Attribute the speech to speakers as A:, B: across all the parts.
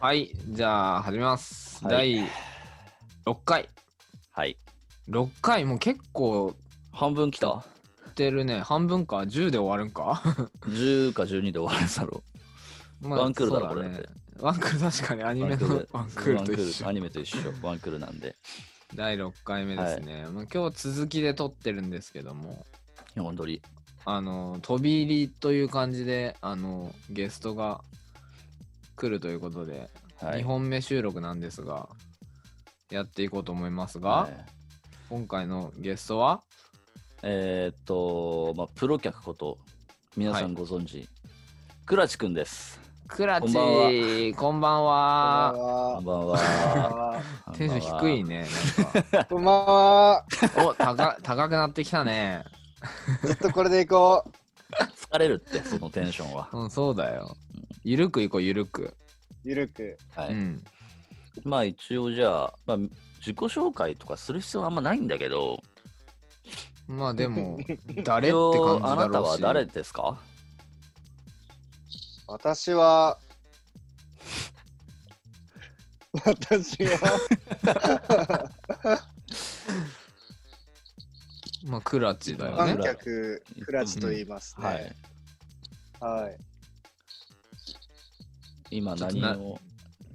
A: はい、じゃあ始めます。
B: はい
A: 第6回。
B: はい。
A: 6回、もう結構
B: 半分来た。
A: やってるね。半分か、10で終わるんか。
B: 10か12で終わるんだろ
A: ま
B: ワンクールだろ
A: そう
B: これだっ
A: ワンクール確かにア
B: う。
A: ニメのワンクールと
B: ワン
A: 一
B: クー
A: 緒
B: ル。アニメと一緒。ワンクールなんで。
A: 第6回目ですね。まあ今日続きで撮ってるんですけども、
B: 4本撮り。
A: あの、飛び入りという感じで、あの、ゲストが来るということで、
B: は
A: 2
B: い。
A: 本目収録なんですが、やっていこうと思いますが、
B: はい
A: 今回のゲストは、
B: えーっと、まあ、プロ客こと、皆さんご存知、倉地くんです。
A: クラ
B: こ
A: チ
B: んばん
A: ーこんばんは
B: こん
C: こ
B: ばんは。
A: テンション低い
B: ね。
A: ね
C: んばんは。こんばんは。
A: なんか お高高くなってきたね
C: ずっとこれでいこう。
B: 疲れるって、そのテンショ ンは。
A: うんそうだよゆるくいこうゆるく
C: ゆるく。
B: は
A: う
B: い。
A: ん
B: まあ、一応じゃあ、まあ、自己紹介とかする必要はあんまないんだけど、
A: まあで も誰っ
B: 一
A: て感
B: 応
A: じ
B: あ
A: だ
B: なた
A: ろう
B: は
A: し
B: 誰ですか
C: 私は。私は。
A: まあクラチだよね
C: 観客クラチと言います
B: は
C: ね
B: い。。
C: はい。
B: 今
A: ちょっと
B: 何
A: な
B: を。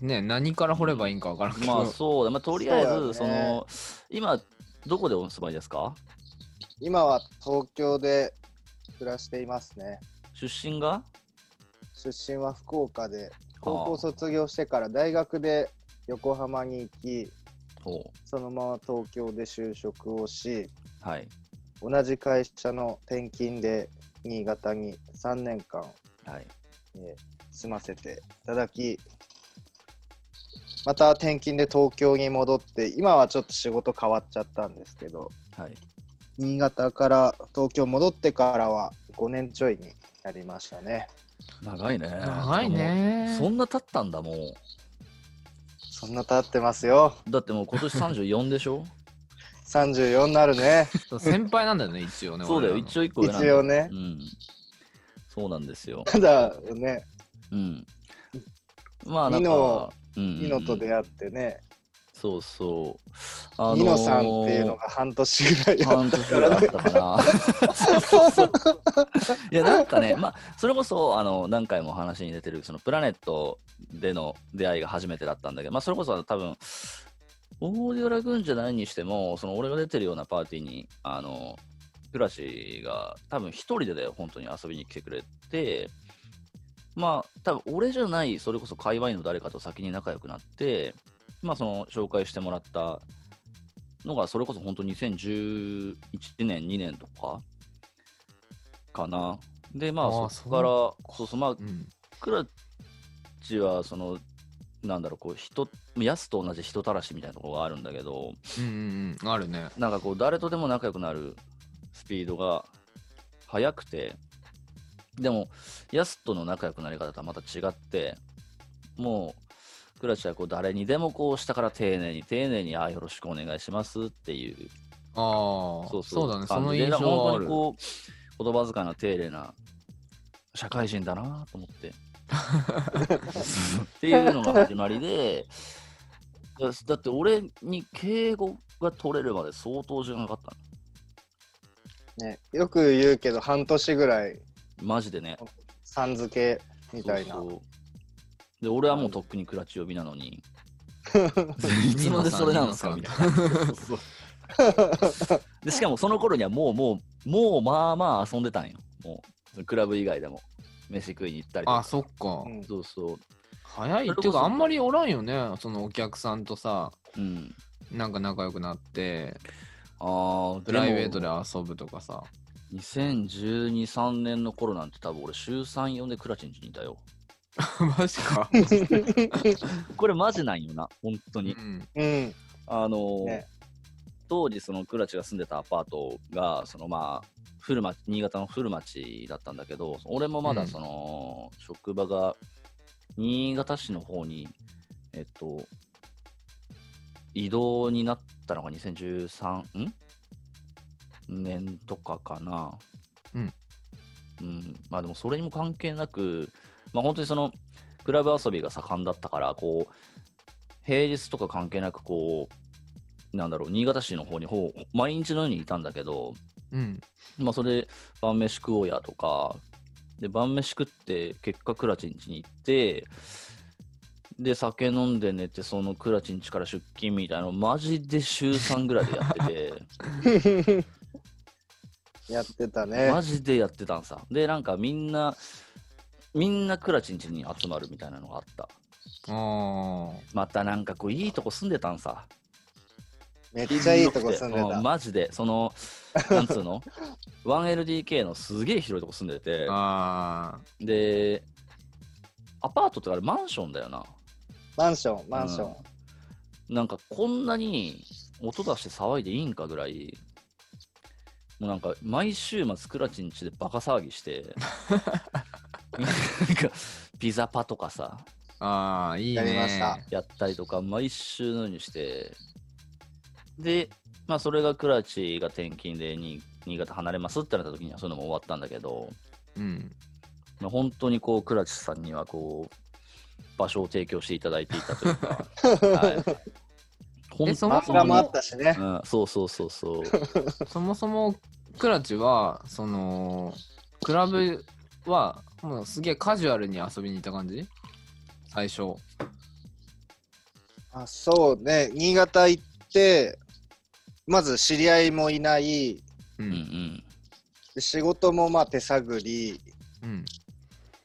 A: ね何から掘ればいいんかわからんけど、
B: まあそうだ、まあ、とりあえずそ、
C: そうだね
B: の今どこでお住まいですか
C: 今は東京で暮らしていますね。
B: 出身が
C: 出身は福岡で、高校
B: あ
C: 卒業してから大学で横浜に行き、
B: あほ
C: そのまま東京で就職をし、
B: うはい
C: 同じ会社の転勤で新潟に3年間
B: はい
C: えー住ませていただきまた転勤で東京に戻って今はちょっと仕事変わっちゃったんですけど
B: はい
C: 新潟から東京戻ってからは5年ちょいになりましたね
B: 長いね
A: 長い
B: で
A: ね
B: もそんな経ったんだもん
C: そんな経ってますよ
B: だってもう今年34でし ょ
C: 34になるね
A: そう先輩なんだよね一応ね
B: そうだよ
A: 俺らの
B: 一応一個上なんだ
C: 一応ね
B: うんそうなんですよ
C: ただね
B: うんまあなん
C: ニ
B: か
C: ノ
B: うん
C: ニノと出会ってね、
B: そうそうあ
C: ニノさんっていうのが半年ぐらいやっ
B: 半年ぐらいあったかな。いやなんかね、まあ、それこそあの何回も話に出てるそのプラネットでの出会いが初めてだったんだけど、まあ、それこそ多分オーディオラグンじゃないにしてもその俺が出てるようなパーティーにあのクラシが多分一人でだよ本当に遊びに来てくれてまあ多分俺じゃないそれこそ界隈の誰かと先に仲良くなってまあその紹介してもらったのがそれこそ本当2011年2年とかかなでま
A: あ
B: あ
A: ー
B: そこからそうそうまあ
A: うん
B: クラッチはそのなんだろうこう人ヤスと同じ人たらしみたいなところがあるんだけど
A: うんうんあるね
B: なんかこう誰とでも仲良くなるスピードが速くてでもヤスとの仲良くなり方とはまた違ってもうクラッチはこう誰にでもこう下から丁寧に丁寧にああよろしくお願いしますっていう
A: ああ
B: そう
A: そうだねそ
B: 感
A: の
B: じで
A: 印象
B: 本
A: はあ
B: 当に
A: る
B: こう言葉遣いの丁寧な社会人だ なと思って。っていうのが始まりで、だだって俺に敬語が取れるまで相当時間かかった
C: ねよく言うけど半年ぐらい
B: の。マジでね。
C: さん付けみたいな
B: そうそうで、俺はもうとっくにクラッチ呼びなのに。 いつま
A: ニノ
B: で
A: さん
B: それなんですか
A: ニ
B: み
A: ノ
B: たいな。そうそう で、しかもその頃にはもうもう、もうまあまあ遊んでたんよ。もう、クラブ以外でも。飯食いに行ったりとか。
A: あそっか、
C: うん
B: そうそ
A: 早い
B: それ
A: っ
B: こそ
A: ていうかあんまりおらんよねそのお客さんとさ
B: う。うん。
A: なんか仲良くなって
B: ああ、
A: プライベートで
B: も
A: 遊ぶとかさ
B: 2012、3年の頃なんて多分俺週3、4でクラチンジにいたよ。
A: マジか、
B: これマジなんよな、本 当
A: う
B: に。
A: ん、
C: うん
B: あのー
C: ね
B: 当時そのクラチが住んでたアパートが、そのまあ、古町、新潟の古町だったんだけど、俺もま
A: う
B: だ
A: ん
B: その、職場が新潟市の方に、えっと、移動になったのが2013、ん年とかかな。
A: うん。
B: うん。まあでもそれにも関係なく、まあ本当にその、クラブ遊びが盛んだったから、こう、平日とか関係なく、こう、なんだろう、新潟市の方にほう毎日のようにいたんだけど、
A: うん。
B: まあ、それで晩飯食おうやとか、で、晩飯食って、結果、クラチン家に行って、で、酒飲んで寝て、そのクラチン家から出勤みたいなの、マジで週3ぐらいでやってて。
C: やってたね
B: マ。ジでやってたんさ。で、なんかみんな、みんなクラチンチに集まるみたいなのがあった。
A: ああ。
B: またなんかこう、いいとこ住んでたんさ。
C: めっちゃいいとこ住んで
B: う
C: た。
B: マジで、その、なんつう の ?1LDK のすげえ広いとこ住んでて、
A: あ
B: で、アパートってあれマンションだよな。
C: マンション、マンション。
B: なんかこんなに音出して騒いでいいんかぐらい、もうなんか毎週末クラチンチでバカ騒ぎして、 なんかピザパとかさ、
A: あ。ああ、いいね。
C: やりました
B: やったりとか、毎週のようにして、で、まあ、それがクラチが転勤でに新潟離れますってなった時には、そういうのも終わったんだけど、
A: うん。
B: まあ、本当にこう、クラチさんには、こう、場所を提供していただいていた というか、はい。ほん
A: えそも
C: 漫
A: そ
C: 画
A: も
C: もあったしね。
B: うん、そうそうそうそう。
A: そもそも、クラチは、その、クラブは、もうすげえカジュアルに遊びに行った感じ最初。
C: あそうね、新潟行って、まず知り合いもいない、
A: う。
B: うんうんん。
C: 仕事もまあ手探り、
A: うん。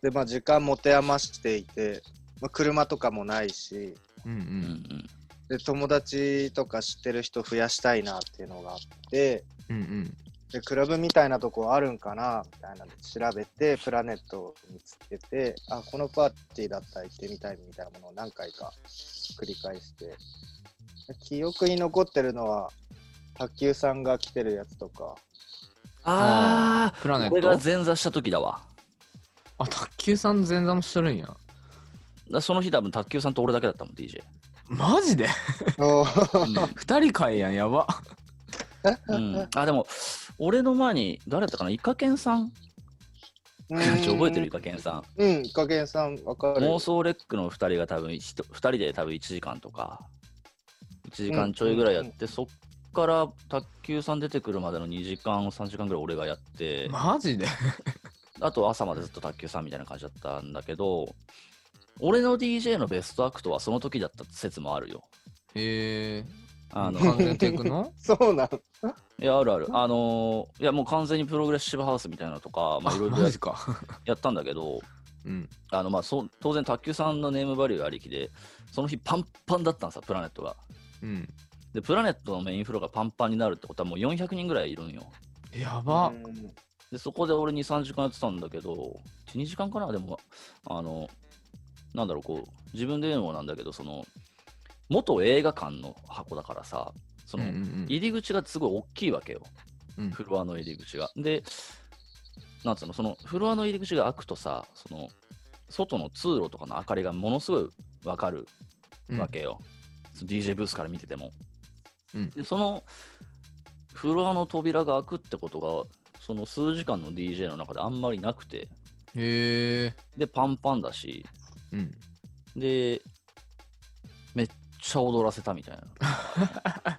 C: で、まあ時間持て余していて、まあ、車とかもないし、
A: うんう
B: うん
A: ん。
C: で、友達とか知ってる人増やしたいなっていうのがあって、
A: うんうん。
C: で、クラブみたいなとこあるんかなみたいなので調べて、プラネットを見つけて、あ、このパーティーだったら行ってみたいみたいなものを何回か繰り返して、で記憶に残ってるのは、卓球さんが来てるやつと か、
B: あ
A: プラネ
B: あ、これが
A: ット。
B: 前座した時だわ。
A: あ、卓球さん前座もしとるんや。
B: だその日多分卓球さんと俺だけだったもん、DJ。
A: マジで二人かいやん、やば。
B: うん、あでも俺の前に誰だったかなイカケンさん
C: う
B: 覚えてるイカケンさん
C: うん、イカゲンさん、わかる。
B: 妄想レックの2人が多分一度2人で多分1時間とか1時間ちょいぐらいやって、そっから卓球さん出てくるまでの2時間3時間ぐらい俺がやって、
A: マジで
B: あと朝までずっと卓球さんみたいな感じだったんだけど俺の DJ のベストアクトはその時だった説もあるよ
A: へえ。
B: あの
A: 完全テクノ
C: そうなん。
B: いやあるあるあのいやもう完全にプログレッシブハウスみたいなのとかまあいろいろ
A: マ
B: や
A: ジか。
B: やったんだけど
A: うん。
B: あのまあそう当然、卓球さんのネームバリューありきで、その日パンパンだったんさ、プラネットが。
A: うん。
B: で、プラネットのメインフロアがパンパンになるってことはもう400人ぐらいいるんよ。
A: やば
C: う。ん
B: で、そこで俺2、3時間やってたんだけど、1、2時間かなでも、あの、なんだろう、こう、自分で言うのもなんだけど、その、元映画館の箱だからさ、そ
A: うん
B: の、
A: うんうん
B: 入り口がすごい大きいわけよ。
A: うん
B: フロアの入り口が。で、なんつうの、そのフロアの入り口が開くとさ、その、外の通路とかの明かりがものすごいわかるわけよ。その DJ ブースから見てても。
A: うん
B: で、その、フロアの扉が開くってことが、その数時間の DJ の中であんまりなくて、
A: へえ。
B: で、パンパンだし、
A: うん。
B: で、めっちゃ踊らせたみたいな。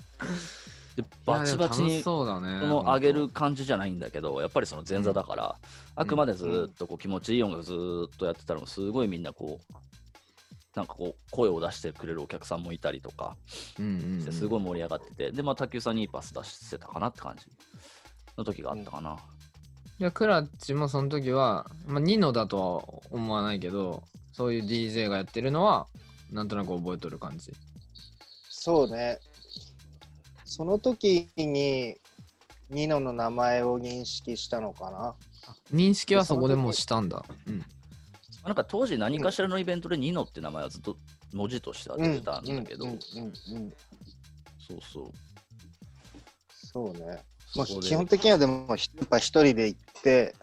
B: で、バチバチ
A: いやでも楽し
B: に
A: そうだね。
B: その上げる感じじゃないんだけど、やっぱりその前座だから、あくまでずーっとこう気持ちいい音楽ずーっとやってたら、すごいみんなこう、なんかこう、声を出してくれるお客さんもいたりとか
A: うんうん
B: し
A: う
B: て、
A: ん。
B: すごい盛り上がってて、で、まあ、卓球さんにいいパス出してたかなって感じの時があったかな。
A: いや、クラッチもその時は、まあ、ニノだとは思わないけど、そういう DJ がやってるのは、なんとなく覚えとる感じ。
C: そうね。その時に、ニノの名前を認識したのかな。
A: 認識はそこでもうしたんだ。うん。
B: なんか当時、何かしらのイベントでニノって名前はずっと文字としては出てたんだけど、
C: うんうんうんうん
B: そうそう。
C: そうね。まあ、
B: そこで
C: 基本的にはでも、やっぱ一人で行って、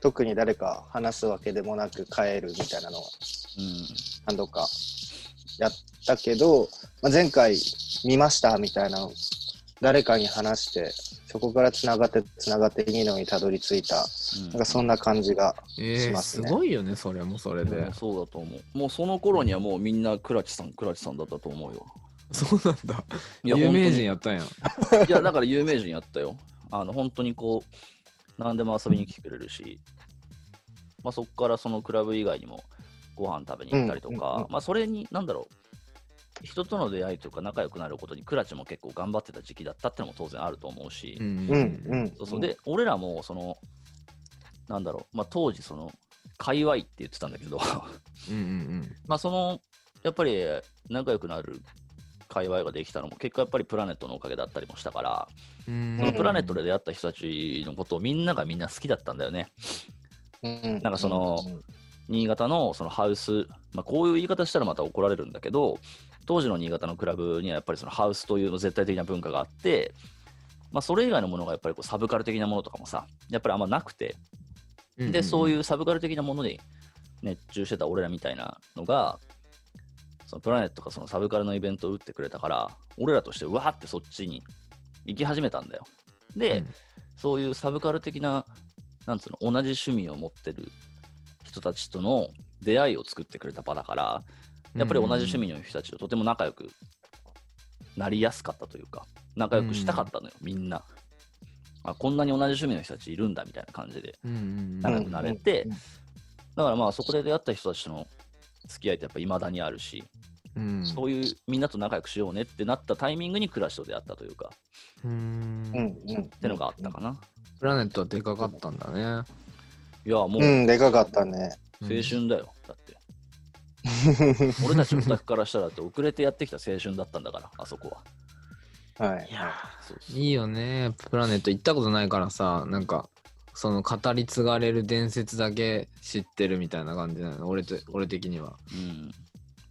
C: 特に誰か話すわけでもなく帰るみたいなのは
B: うん
C: 何度かやったけど、まあ、前回見ましたみたいなのを誰かに話して、そこからつながってつながっていいのにたどり着いたなんかそんな感じが
A: え
C: し
A: ー、
C: ます
A: す
C: ね
A: ごいよね、それもそれ
B: で
A: で
B: も。そうだと思う。もうその頃にはもうみんな倉地さん、倉地さんだったと思うよ。
A: そうなんだ。
B: いや
A: 有名
B: 本当
A: 人
B: に
A: やったんやん。
B: いや、だから有名人やったよ。あの、本当にこう、何でも遊びに来てくれるし、まあ、そこからそのクラブ以外にもご飯食べに行ったりとか、
C: うんうんう
B: まあ、それに、なんだろう、人との出会いとか仲良くなることに倉地も結構頑張ってた時期だったってのも当然あると思うし、
A: うん
C: うんうん
B: そうそうで、俺らも、その、なんだろう、まあ、当時、その、界隈って言ってたんだけど、
A: うんうん
B: まあそのやっぱり仲良くなる界隈ができたのも結果やっぱりプラネットのおかげだったりもしたから、
A: うん。
B: そのプラネットで
A: で。。
B: 出会った人たちのことをみんながみんな好きだったんだよね。
C: うん
B: なんかその新潟のそのハウス、まあ、こういう言い方したらまた怒られるんだけど当時の新潟のクラブにはやっぱりそのハウスという絶対的な文化があって、まあ、それ以外のものがやっぱりこうサブカル的なものとかもさやっぱりあんまなくてで、そういううサブカル的なものに熱中してた俺らみたいなのが、そのプラネットがそのサブカルのイベントを打ってくれたから、俺らとしてうわーってそっちに行き始めたんだよ。で、
A: うん
B: そういうサブカル的な、なんつうの、同じ趣味を持ってる人たちとの出会いを作ってくれた場だから、やっぱり同じ趣味の人たちととても仲良くなりやすかったというか、仲良くしたかったのよ、みんな。あこんなに同じ趣味の人たちいるんだみたいな感じで。
A: うんうん
B: 長
A: う
B: くなれて、
C: うんうんうん
B: だからまあそこで出会った人たちとの付き合いってやっぱ未だにあるし、
A: ん。うん
B: そういうみんなと仲良くしようねってなったタイミングに暮らしと出会ったというか、
A: うん
C: うんうんうん
B: ってのがあったかな。
A: プラネットはでかかったんだね。
B: いやもう
C: う
B: 青
C: んでかかったね
B: 春だよ、だって。俺たちオタクからしたらだって遅れてやってきた青春だったんだから、 あそこは。
C: はい
A: いや
B: そうそう
A: いいよねプラネット行ったことないからさなんかその語り継がれる伝説だけ知ってるみたいな感じなの俺と俺的には
B: うん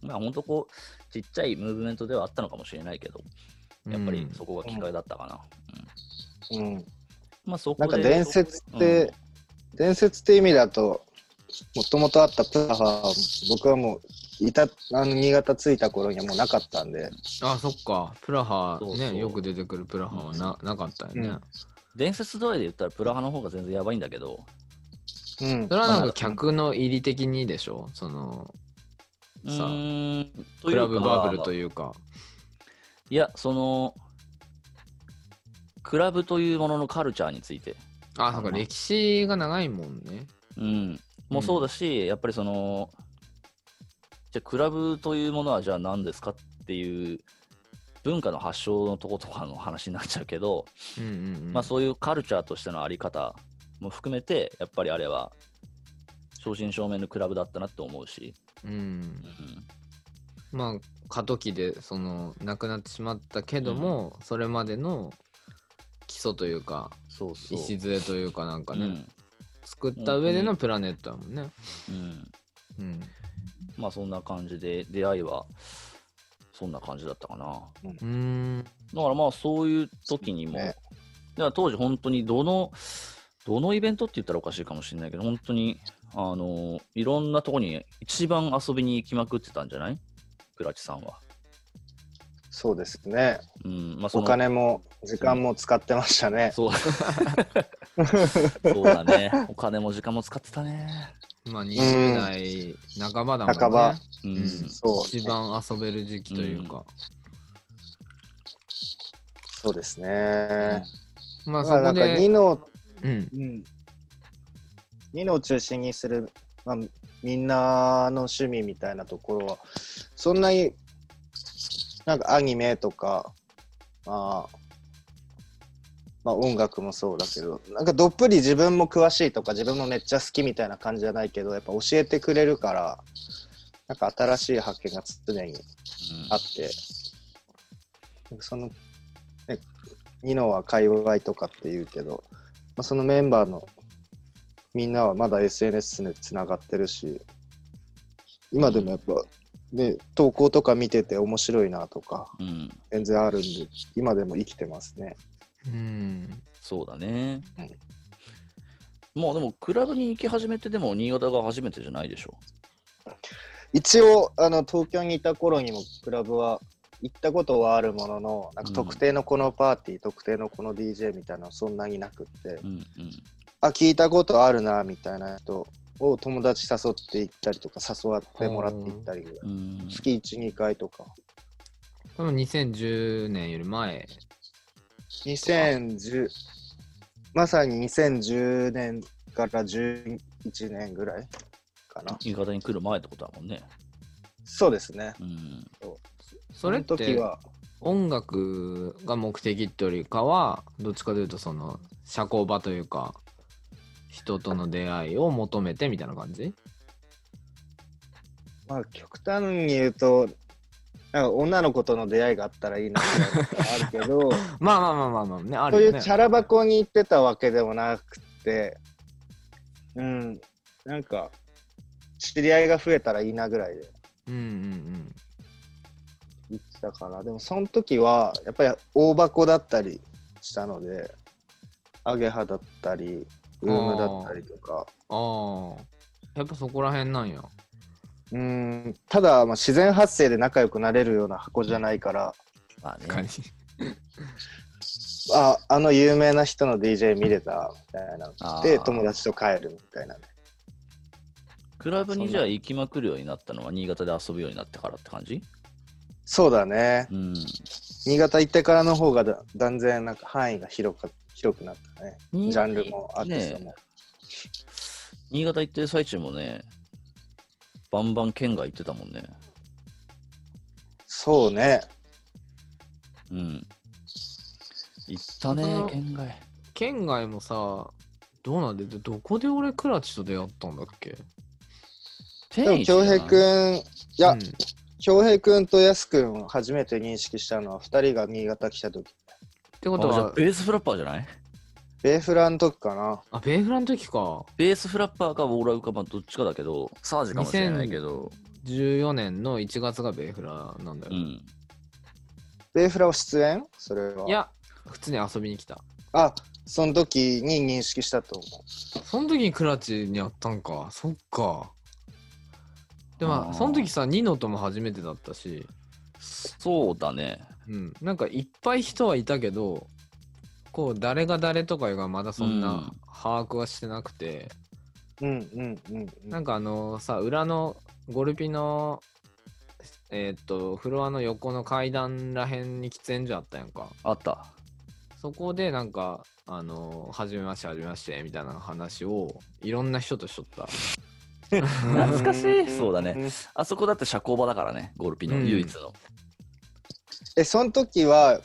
B: まあ本当こうちっちゃいムーブメントではあったのかもしれないけどやっぱりそこがきっかけだったかな、うん
C: うん
B: まあそこ
C: な
B: で
C: んか伝説って、伝説って意味だと、もともとあったプラハは、僕はもう、いた、あの、新潟着いた頃にはもうなかったんで、
A: あそっかプラハ
B: そうそう
A: ねよく出てくるプラハはななかったよね、
C: うん
B: 伝説通りで言ったらプラハの方が全然やばいんだけど、
C: うん
A: そ。れはなんか客の入り的にでしょその
B: う
A: さあ
B: ーんと
A: ク
B: いうか
A: ラブバブルというか
B: いや、その、クラブというもののカルチャーについて、
A: あそっか歴史が長いもんね
B: うん、もそうだし、やっぱりその、じゃあクラブというものはじゃあ何ですかっていう文化の発祥のとことかの話になっちゃうけど、
A: うんうん、うん、
B: まあそういうカルチャーとしてのあり方も含めて、やっぱりあれは正真正銘のクラブだったなって思うし、
A: うん
B: うん
A: まあ過渡期でその亡くなってしまったけども、それまでの基礎というか
B: そうそう。
A: 礎というかなんかね、
B: うん
A: 作った上でのプラネットだもんね。
B: うん
A: うん。
B: まあそんな感じで出会いはそんな感じだったかな。
A: うーん。
B: だからまあそういう時にも、
C: ね
B: だから当時本当にどの、どのイベントって言ったらおかしいかもしれないけど、本当に、あの、いろんなとこに一番遊びに行きまくってたんじゃない倉地さんは。
C: そうですね。
B: うん、まあそ
C: お
B: の。
C: 金も、時間も使ってましたね。
B: そうそうだね。お金も時間も使ってたね。
A: まあ20代半ばだもんね。
C: 半ば
B: うん。
A: うん
C: そう。
A: 一番遊べる時期というか。
C: そうですね。
A: まあそ
C: まあ、な
A: こ
C: んか、ニ
A: で、
C: ノ、
A: うん。
C: うん。ニノを中心にする、まあ、みんなの趣味みたいなところは、そんなに、なんかアニメとか、まあ、まあ音楽もそうだけど、なんかどっぷり自分も詳しいとか、自分もめっちゃ好きみたいな感じじゃないけど、やっぱ教えてくれるから、なんか新しい発見が常に
B: うん
C: あって、なんかその、ね、ニノは界隈とかって言うけど、まあ、そのメンバーのみんなはまだ SNS でつながってるし、今でもやっぱ、ね、投稿とか見てて面白いなとか、
B: うん。
C: 全然あるんで、今でも生きてますね。
A: うん。
B: そうだね。
C: うん
B: まあでも、クラブに行き始めて、でも新潟が初めてじゃないでしょ。
C: 一応、あの、東京にいた頃にもクラブは行ったことはあるものの、なんか
B: うん
C: 特定のこのパーティー、特定のこの DJ みたいなのそんなになくって、
B: うんうん
C: あ、聞いたことあるな、みたいな人を友達誘って行ったりとか、誘ってもらって行ったりぐらい、
B: うん
C: 月1、2回とか。
A: 多分2010年より前。
C: 2010まさに2010年から11年ぐらいかな
B: 言い方に来る前ってことだもんね。
C: そうですね
B: うん。
A: それっ
C: の時
A: て
C: は
A: 音楽が目的ってよりかは、どっちかというとその社交場というか、人との出会いを求めてみたいな感じ
C: まあ極端に言うとなんか女の子との出会いがあったらいいなみたいなのがあるけ ど、
A: まあまあまあまあまあね、あ
C: そう
A: る
C: い
A: よ
C: う
A: ね
C: チ。ャラ箱に行ってたわけでもなくてうんなんか知り合いが増えたらいいなぐらいで
A: うんうん
C: 行ってたからでもその時はやっぱり大箱だったりしたのでアゲハだったりウームだったりとか
A: うん。ああ。やっぱそこら辺なんや。
C: うーんただまあ自然発生で仲良くなれるような箱じゃないから
B: まあね。
A: 感じ。
C: ああの有名な人の DJ 見れたみたいなの
B: あー
C: で友達と帰るみたいなね
B: クラブにじゃあ行きまくるようになったのは新潟で遊ぶようになってからって感じ
C: そうだね
B: うん。
C: 新潟行ってからの方がだ断然なんか範囲が広か広くなったね
B: 新
C: ジ
B: 潟
C: ャ
B: に
C: ンルもアーティストも、
B: ね新潟行ってる最中もね、バンバン県外行ってたもんね。
C: そうね
B: うん。行ったね
A: その、
B: 県外。
A: 県外もさ、どうなんで、どどこで俺クラチと出会ったんだっけ
C: でも恭平く
B: ん。
C: んいや、
A: うん
C: 翔平君とやす君を初めて認識したのは2人が新潟来た時
A: ってこ
B: あ
A: と
B: じゃあ
A: は、
B: ベースフラッパーじゃない
C: ベーフラの時かな
A: あ、ベイフラの時か。
B: ベースフラッパーかオーラウか、まあ、どっちかだけど、サージかもしれないけど、
A: 14年の1月がベイフラなんだ
B: う
A: よ。
B: ん。
C: ベーフラは出演それはい
A: や、普通に遊びに来た。
C: あその時に認識したと思
A: その時にクラチに会ったんか。そっか。で
B: あ
A: も、
B: ー
A: その時さ、ニノとも初めてだったし、
B: そうだね。
A: うん。なんかいっぱい人はいたけど、こう、誰が誰とかがまだそん
B: うん
A: な把握はしてなくて、
C: ううんうんうんうん
A: なんかあのさ、裏のゴルピの、えーっと、フロアの横の階段らへんに喫煙所あったやんか。
B: あった。
A: そこでなんか、あの、はじめまして、はじめまして、みたいな話を、いろんな人としとった。
B: 懐かしいそうだね
C: ん
B: あそこだって社交場だからね、ゴルピの
A: うん
B: 唯一の。
C: えその時は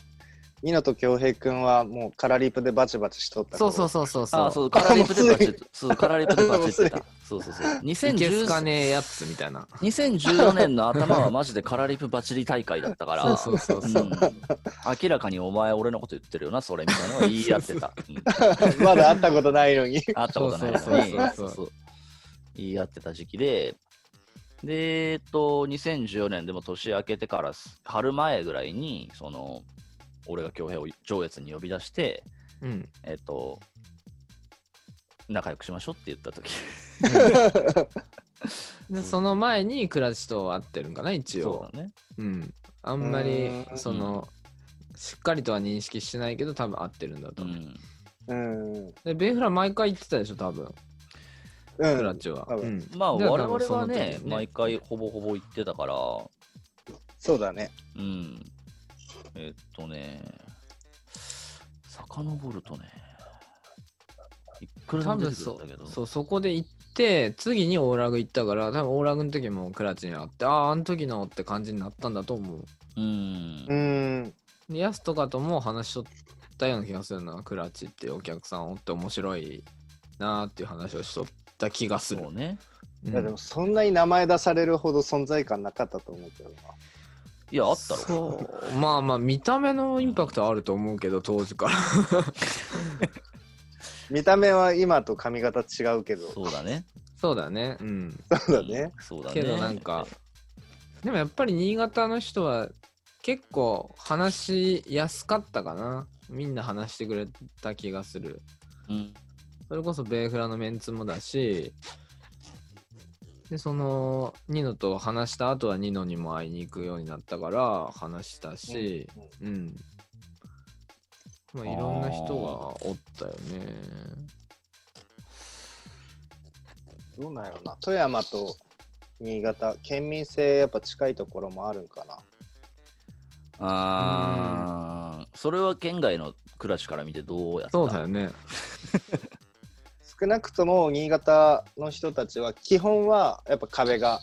C: ニノと恭平君はもうカラリープでバチバチしとった
A: そうそう
C: そ
A: そうそうそう。
B: ああ、そう、カラリプでバチ
C: もう
B: ッそう、カラリプでバチって
C: も
B: た。そうそうそう。
A: いけすか
B: 2010
A: ねえやつみたいな。
B: 2014年の頭はマジでカラリプバチリ大会だったから、
A: そうそうそう
B: うん
A: そう。
B: 明らかにお前俺のこと言ってるよな、それみた いなのを言い合ってた。うん
C: う まだ会ったことないのに
B: 会ったことない
A: そう
B: のに
A: そうそうそう
B: そうそう言い合ってた時期で、で、えっと、2014年でも年明けてからす春前ぐらいに、その、俺が恭平を上越に呼び出して、
A: うん。
B: えっと、仲良くしましょうって言った時
A: で、その前にクラチと会ってるんかな、一
B: そ
A: 応。
B: うだね。
A: うん。あんまり
C: う、ーん
A: その、しっかりとは認識してないけど、多分会ってるんだと
B: う
A: 思う。
B: ん。
C: うん
A: で、ベイフラ毎回行ってたでしょ、多分。
C: う
A: クラ
C: ん
A: チは。
C: 多
A: う
C: 分
A: ん。
B: まあ、
A: じゃあ
B: 我々はね
A: 多分その時
B: 毎回ほぼほぼ行ってたから、
C: そうだね
B: うん。えっとね、遡るとね、いくらで
A: 多
B: も出
A: 分
B: てくる
A: そ
B: んだけど、
A: うそうそこで行って次にオーラグ行ったから多分オーラグの時もクラチに会ってあああの時のって感じになったんだと思う
B: うん
C: う。ん
A: でヤスとかとも話しとったような気がするなクラチっていうお客さんおって面白いなーっていう話をしとった気がする
B: そうね。
A: うん
C: いやでもそんなに名前出されるほど存在感なかったと思うけどない
B: や、あったろ。
A: そうまあまあ見た目のインパクトはあると思うけど当時から
C: 見た目は今と髪型違うけどそ
B: そうだね。
A: そうだねうん
C: うだね。
B: うん。そうだね。
A: けどなんか、でもやっぱり新潟の人は結構話しやすかったかなみんな話してくれた気がする
B: うん。
A: それこそベーフラのメンツもだしで、その、ニノと話した後はニノにも会いに行くようになったから話したし、
C: うんうん
A: うん。まあ、いろんな人がおったよね。
C: どうなんやろな。富山と新潟、県民性やっぱ近いところもあるんかな。
B: あーそれは県外の暮らしから見てどうやった
A: そうだよね。
C: 少なくとも新潟の人たちは基本はやっぱ壁が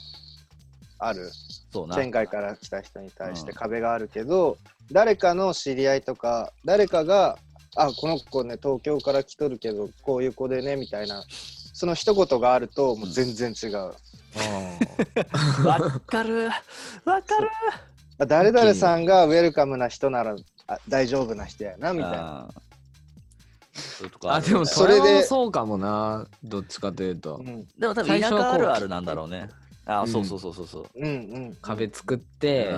C: ある
B: そうな。
C: 県外から来た人に対して
B: うん
C: 壁があるけど、誰かの知り合いとか誰かが「あこの子ね東京から来とるけどこういう子でね」みたいなその一言があるともう全然違う、
B: わっかる。わかる。
C: あ誰々さんがウェルカムな人ならあ大丈夫な人や なみたい
B: あ
C: な、
B: ーそういうとこ
A: あ、
B: ある
A: でも
C: そ
A: そ
C: れ
A: れ
C: で
A: でそうかもな。どっちかという
C: う
A: と
C: ん、。
B: でも多分
A: 最
B: 田
A: 初はこう
B: 舎あるあるなんだろうね。あー、そうそうそうそうそう。
C: うんうん
A: 壁作って、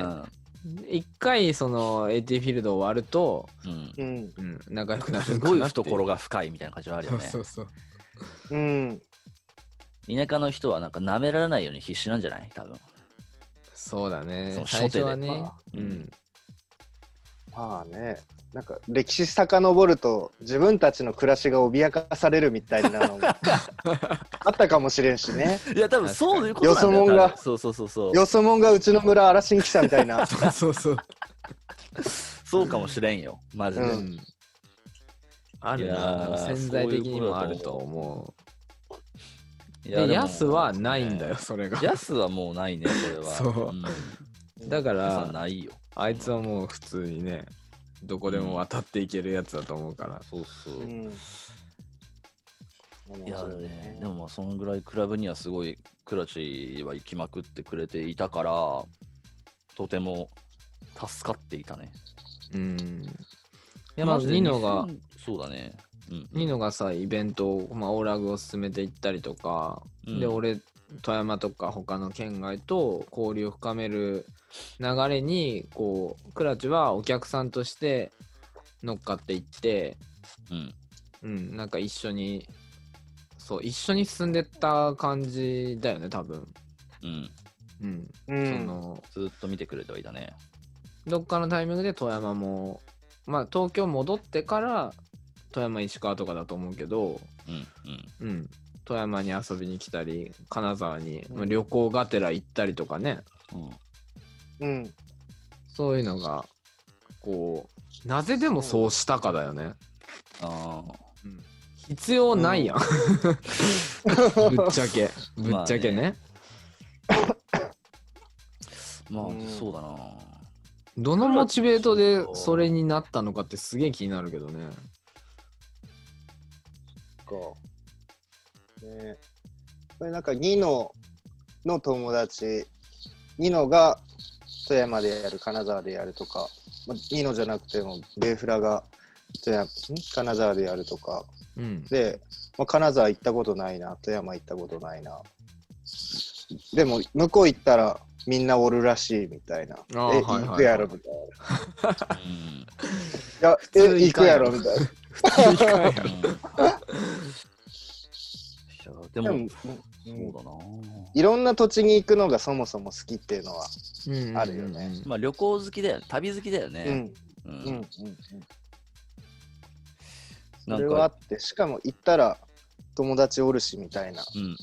A: 一回その AT フィールド終わると、
B: うん。
C: うん
A: うん、仲良く
B: う。
A: なんる
B: す
A: んか
B: ごい
A: なってう
B: 懐が深いみたいな感じはあるよね。
A: そうそうそう
C: うん
B: 田舎の人はなんか舐められないように必死なんじゃない多分。
A: そうだね
B: その
A: 最
B: 初
A: 初
B: 手で
A: はね
B: か
A: うん
C: まあねなんか歴史遡ると自分たちの暮らしが脅かされるみたい なのがあったかもしれんしね
B: いや、多分そういうことなんだよ。
C: よそもんが
B: 多分そうそうそうそう。
C: よそもんがうちの村荒新来たみたい な
A: そう そうそう
B: そうかもしれんよ。マジで。
C: う
A: うんある
B: いや
A: な
B: ー
A: 潜在的にもあると思
B: いうや
A: で
B: でも
A: ヤスはないんだよ。それが
B: ヤスはもうないね、それは。
A: そう
B: うん
A: だか
B: ヤスは
A: ら
B: ないよ。
A: あいつはもう普通にねどこでも渡っていけるやつだと思うから
B: そうそうう。
C: ん
B: い
C: 面
B: や
C: 白い
B: ね
C: ね、
B: でもまあそんぐらいクラブにはすごいクラチは行きまくってくれていたからとても助かっていたね。
A: うんいやまず
B: マジで
A: ニノが
B: 2000そうだね。うん、
A: ニノがさイベントを、まあ、オーラグを進めていったりとか、
B: うん
A: で俺富山とか他の県外と交流を深める流れにこうクラチはお客さんとして乗っかっていって、
B: うん、
A: うん、なんか一緒にそう一緒に進んでった感じだよね多分、
B: うん、
A: うん
C: う
A: そ
C: ん
A: の
B: ずっと見てくれてはいたね。
A: どっかのタイミングで富山もまあ東京戻ってから富山石川とかだと思うけど
B: うん
A: うん、富山に遊びに来たり金沢に、
C: うん
A: まあ旅行がてら行ったりとかね
B: うんうん
C: うん
A: そういうのがこうなぜでもそうしたかだよね、
B: あー
A: 必要ないやん、 ぶ っちゃけぶっちゃけね,、
B: まあ、
C: うん
B: そう だな。
A: どのモチベートでそれになったのかってすげえ気になるけどね
C: かねこれなんかニノの友達ニノが富山でやる金沢でやるとか、まあ、ニノじゃなくてもベーフラが富山ん金沢でやるとか
A: うん
C: で、まあ、金沢行ったことないな富山行ったことないなでも向こう行ったらみんなおるらしいみたいなえ
A: あーはいはいはい
C: 行くやろみたい
B: うん
C: ないや
A: 通
C: え
A: 行
C: 行
A: かん
C: く
A: や
C: や
A: ろ
C: ろみたいな
A: 普通に帰る
B: うんいやでも
C: でも、うん
B: そうだな。
C: いろんな土地に行くのがそもそも好きっていうのは
A: うん
C: あるよね
B: まあ旅行好きだよね。旅好きだよ
C: う
B: ね。
C: ん
B: うん
C: うんうんうん
B: な
C: そ
B: ん
C: れ
B: か
C: はあってしかも行ったら友達おるしみたいな
B: うんうん。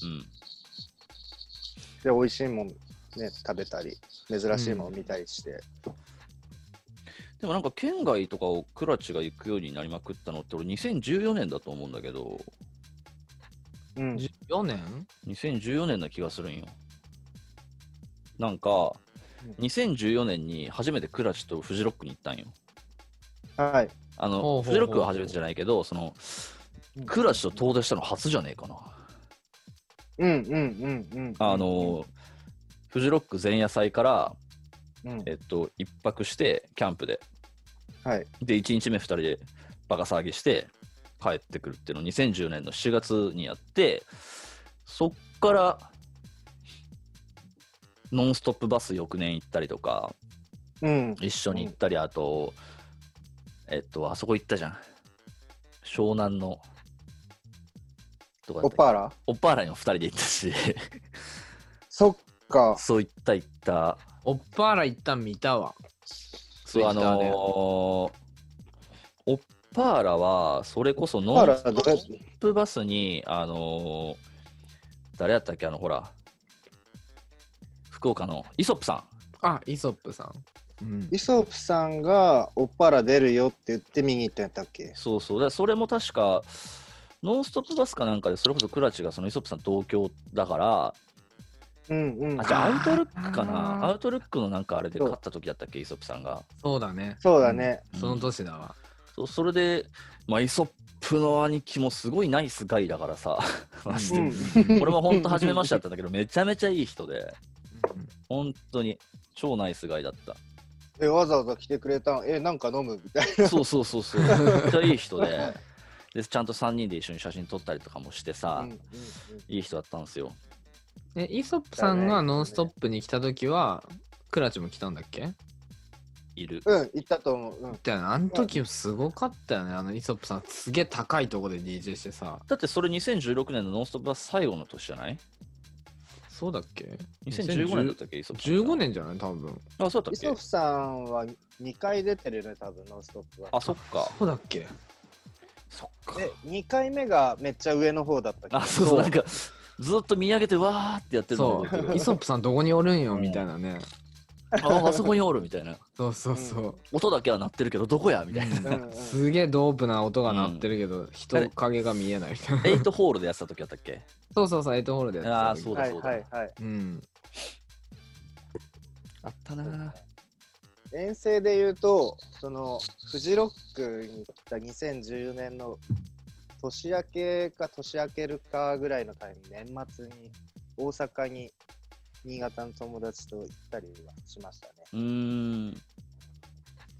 C: で美味しいもんね食べたり珍しいもん見たりして、
B: でもなんか県外とかをクラチが行くようになりまくったのって俺2014年だと思うんだけど
C: うん
A: 14年
B: 2014年な気がするんよなんか
C: うん
B: 2014年に初めてクラチとフジロックに行ったんよ
C: はい
B: あ
A: ほうほうほ
B: の
A: う
B: フジロックは初めてじゃないけどそのクラチと遠出したの初じゃねえかな
C: うんうんうんうん
B: あのフジロック前夜祭から
C: うん
B: えっと一泊してキャンプで
C: はい
B: で1日目2人でバカ騒ぎして帰ってくるっていうのを2010年の7月にやってそっからノンストップバス翌年行ったりとか
C: うん
B: 一緒に行ったり、あとえっとあそこ行ったじゃん湘南のどこだ
C: オ
B: ったっけ
C: パーラ
B: オッパーラにも2人で行ったし
C: そっか。
B: そういったいった。
A: おっぱら一旦見たわ。
B: そう、
A: Twitter
B: あ
A: で
B: のーオッパーラは、それこそノ
C: あ
B: ン
C: ら、
B: ス
C: どう
B: ト
C: やっ
B: ップバスに、あのー誰やったっけ、あの、ほら、福岡のイソップさん。
A: あ、イソップさん。うん
C: イソップさんがおっぱら出るよって言って右行ったんやったっけ
B: そうそう。だそれも確か、ノンストップバスかなんかで、それこそクラチがそのイソップさん同郷だから、
C: うんうん
B: あ、。じゃあ
A: あ
B: ア
A: ー
B: ウトルックかな。アウトルックのなんかあれで
C: そう
B: 勝った時だったっけ、イソップさんが。
A: そうだね。
C: そうだね。
A: うん。その年だわ。
B: そうそれで、まあ、イソップの兄貴もすごいナイスガイだからさ、 マジ
C: う
B: で
C: ん。
B: これも本当初めましてだったんだけど、めちゃめちゃいい人で、本当に超ナイスガイだった。
C: え、わざわざ来てくれたんえ、なんか飲むみたい
B: そうそうそう そう、めっちゃいい人で、でちゃんと3人で一緒に写真撮ったりとかもして
C: な。
B: さ、
C: うんうん
B: いい人だったんですよ。
A: え、イソップさんがノンストップに来た時は、クラチも来たんだっけ
B: いる。
C: うん、うん行ったと思う。うん。
A: だよね。あの時もすごかったよね。あのイソップさん、すげえ高いとこで DJ してさ。
B: だってそれ2016年の「ノンストップ!」は最後の年じゃない
A: そうだっけ
B: ?2015 年だったっけ
A: ?15 年じゃない多分。
B: あ、そうだ
C: イ
B: った
C: ソ
B: っ
C: フ
B: け
C: さんは2回出てるね、多分ノンストップは。
B: あ、そっか。
A: そうだっけ
B: そっか。
C: で、2回目がめっちゃ上の方だったけど
B: あ、そうそう、なんか、ずっと見上げて、わーってやってるの
A: そ
B: を覚えてる
A: う。イソップさんどこにおるんよみたいなね。
B: あ、あそこにおるみたいな。
A: そうそうそう。
B: 音だけは鳴ってるけど、どこやみたいな。
C: うんうん
A: すげえドープな音が鳴ってるけど、人影が見えないみたいな。
B: エイトホールでやってた時だったっけ
A: そうそうそう、エイトホールでやってた
B: あーそうだ
C: はいはいはい。
A: うん。
B: あったな
C: 遠征で言うと、そのフジロックに行った2014年の年明けか年明けるかぐらいのタイミング、年末に大阪に新潟の友達と行ったりはしましたね。
B: うーん。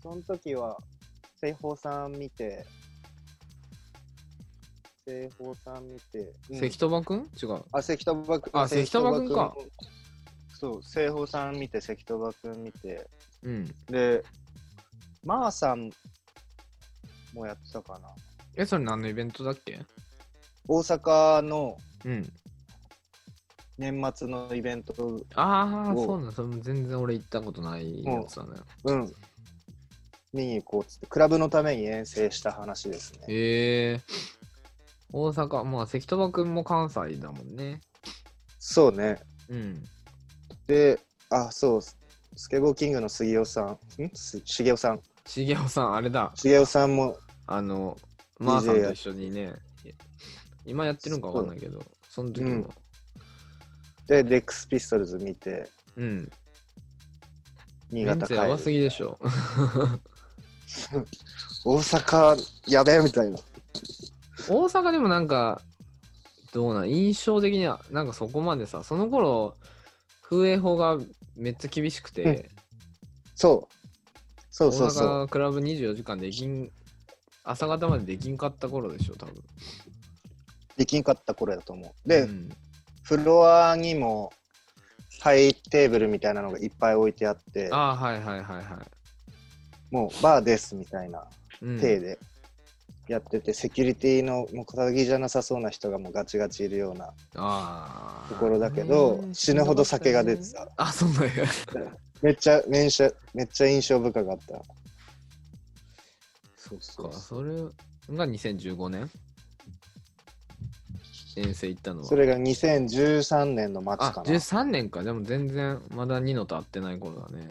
C: その時は、西宝さん見て、西宝さん見て、うん
A: 関戸場くん違う。
C: あ、関戸馬くん。
A: あ関戸馬くんか
C: 関戸馬くん。そう、西宝さん見て、関戸馬くん見て、
A: うん。
C: で、まーさんもやってたかな。
A: え、それ何のイベントだっけ
C: 大阪の
A: うん。
C: 年末のイベント、
A: ああ、
C: お
A: そうなんそれも全然俺行ったことないやつだね。
C: うん、見に行こうっつって、クラブのために遠征した話ですね。
A: ええ大阪、まあ関戸場くんも関西だもんね。
C: そうね。
A: うん。
C: で、あ、そう、ススケボーキングの杉尾さん、んす茂尾さん、
A: 茂雄さん、あれだ。
C: 茂雄さんも、
A: あの、まーさんと一緒にね、今やってるんかわかんないけど、その時も。
C: で、レックスピストルズ見て、
A: うん。人
C: 新潟
A: 数
C: 帰
A: やばすぎで
C: る。
A: しょ。
C: 大阪、やべえみたいな。
A: 大阪でもなんかどうなん印象的にはなんかそこまでさその頃風営法がめっちゃ厳しくて、
C: そう。そうそうそう。
A: 大阪クラブ24時間できん朝方までできんかった頃でしょ多分
C: できんかった頃だと思う。で、
A: うん
C: フロアにもハイテーブルみたいなのがいっぱい置いてあって、
A: ああはいはいはいは、
C: もうバーですみたいない
A: うん、
C: 体でやってて、セキュリティのもう肩書きじゃなさそうな人がもうガチガチいるような
A: ああ
C: ところだけど、死ぬほど酒が出てた。
A: あそうなんや
C: めっちゃ、めっちゃ、めっちゃ印象深かった。そう
A: そっかそれが2015年遠征行ったのは
C: それが2013年の末
A: あ
C: かな。
A: 13年かでも全然まだニノと会ってない頃だね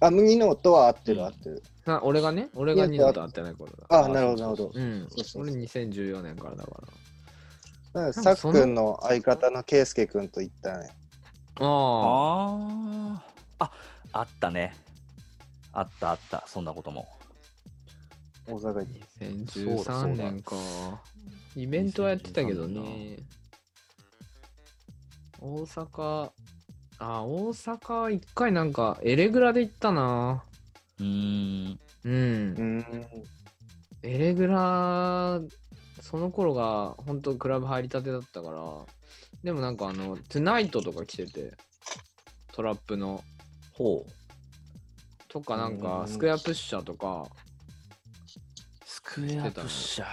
C: あ、ニノとは合って
B: う
C: る
B: ん
C: 合ってる。
A: な俺がね、俺が
C: い
A: ニ
C: や
A: ノと会ってない頃だ。
C: あ、なるほどなるほど。
A: うん
C: そうそう、そう
A: 俺2014年からだか
C: だ
A: そ
C: か
A: の
C: らさっくんの相方の圭介くんと行ったね。
A: ら。ああ、
B: あーあ、あったね。あったあった、そんなことも。
C: 大阪に。
B: そうだそ
A: 2013
B: うだ
A: 年か。イベントはやってたけど
B: 2013
A: ね。大阪、あ、大阪一回なんかエレグラで行ったな。
B: うーん。
A: うん。
C: うん。
A: エレグラ、その頃が本当クラブ入りたてだったから、でもなんかあの、トゥナイトとか来てて、トラップの。
B: ほう。
A: とかなん
C: う
A: か
C: ん
A: スクエアプッシャーとか
B: スクエアプッシャー。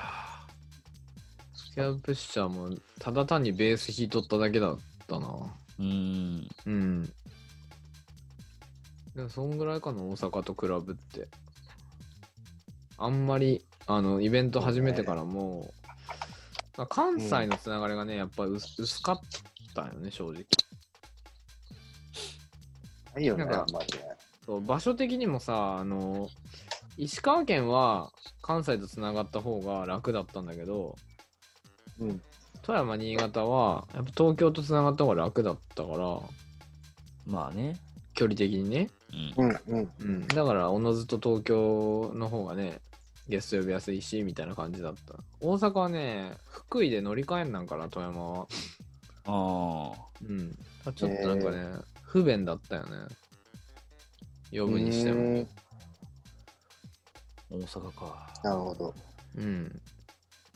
A: スクエアプッシャーもただ単にベース弾いとっただけだったな
B: うーん。
A: うん。でも、そんぐらいかな、大阪と比べて。あんまり、あの、イベント始めてからもう、まあ関西のつながりがね、やっぱり薄薄かったよね、正直。
C: いいよね、
A: なんか
C: あんまりね。
A: そう場所的にもさあの石川県は関西とつながった方が楽だったんだけど
C: うん。
A: 富山新潟はやっぱ東京とつながった方が楽だったから
B: まあね。
A: 距離的にね、
B: うん。
C: うん、うん。
A: うん、だからおのずと東京の方がねゲスト呼びやすいしみたいな感じだった大阪はね福井で乗り換えんなんかな富山は
B: あ
A: うんちょっとなんかね、不便だったよね呼ぶにして
C: う
A: も
C: ーん
B: あ、大阪か。
C: なるほど。
A: うん。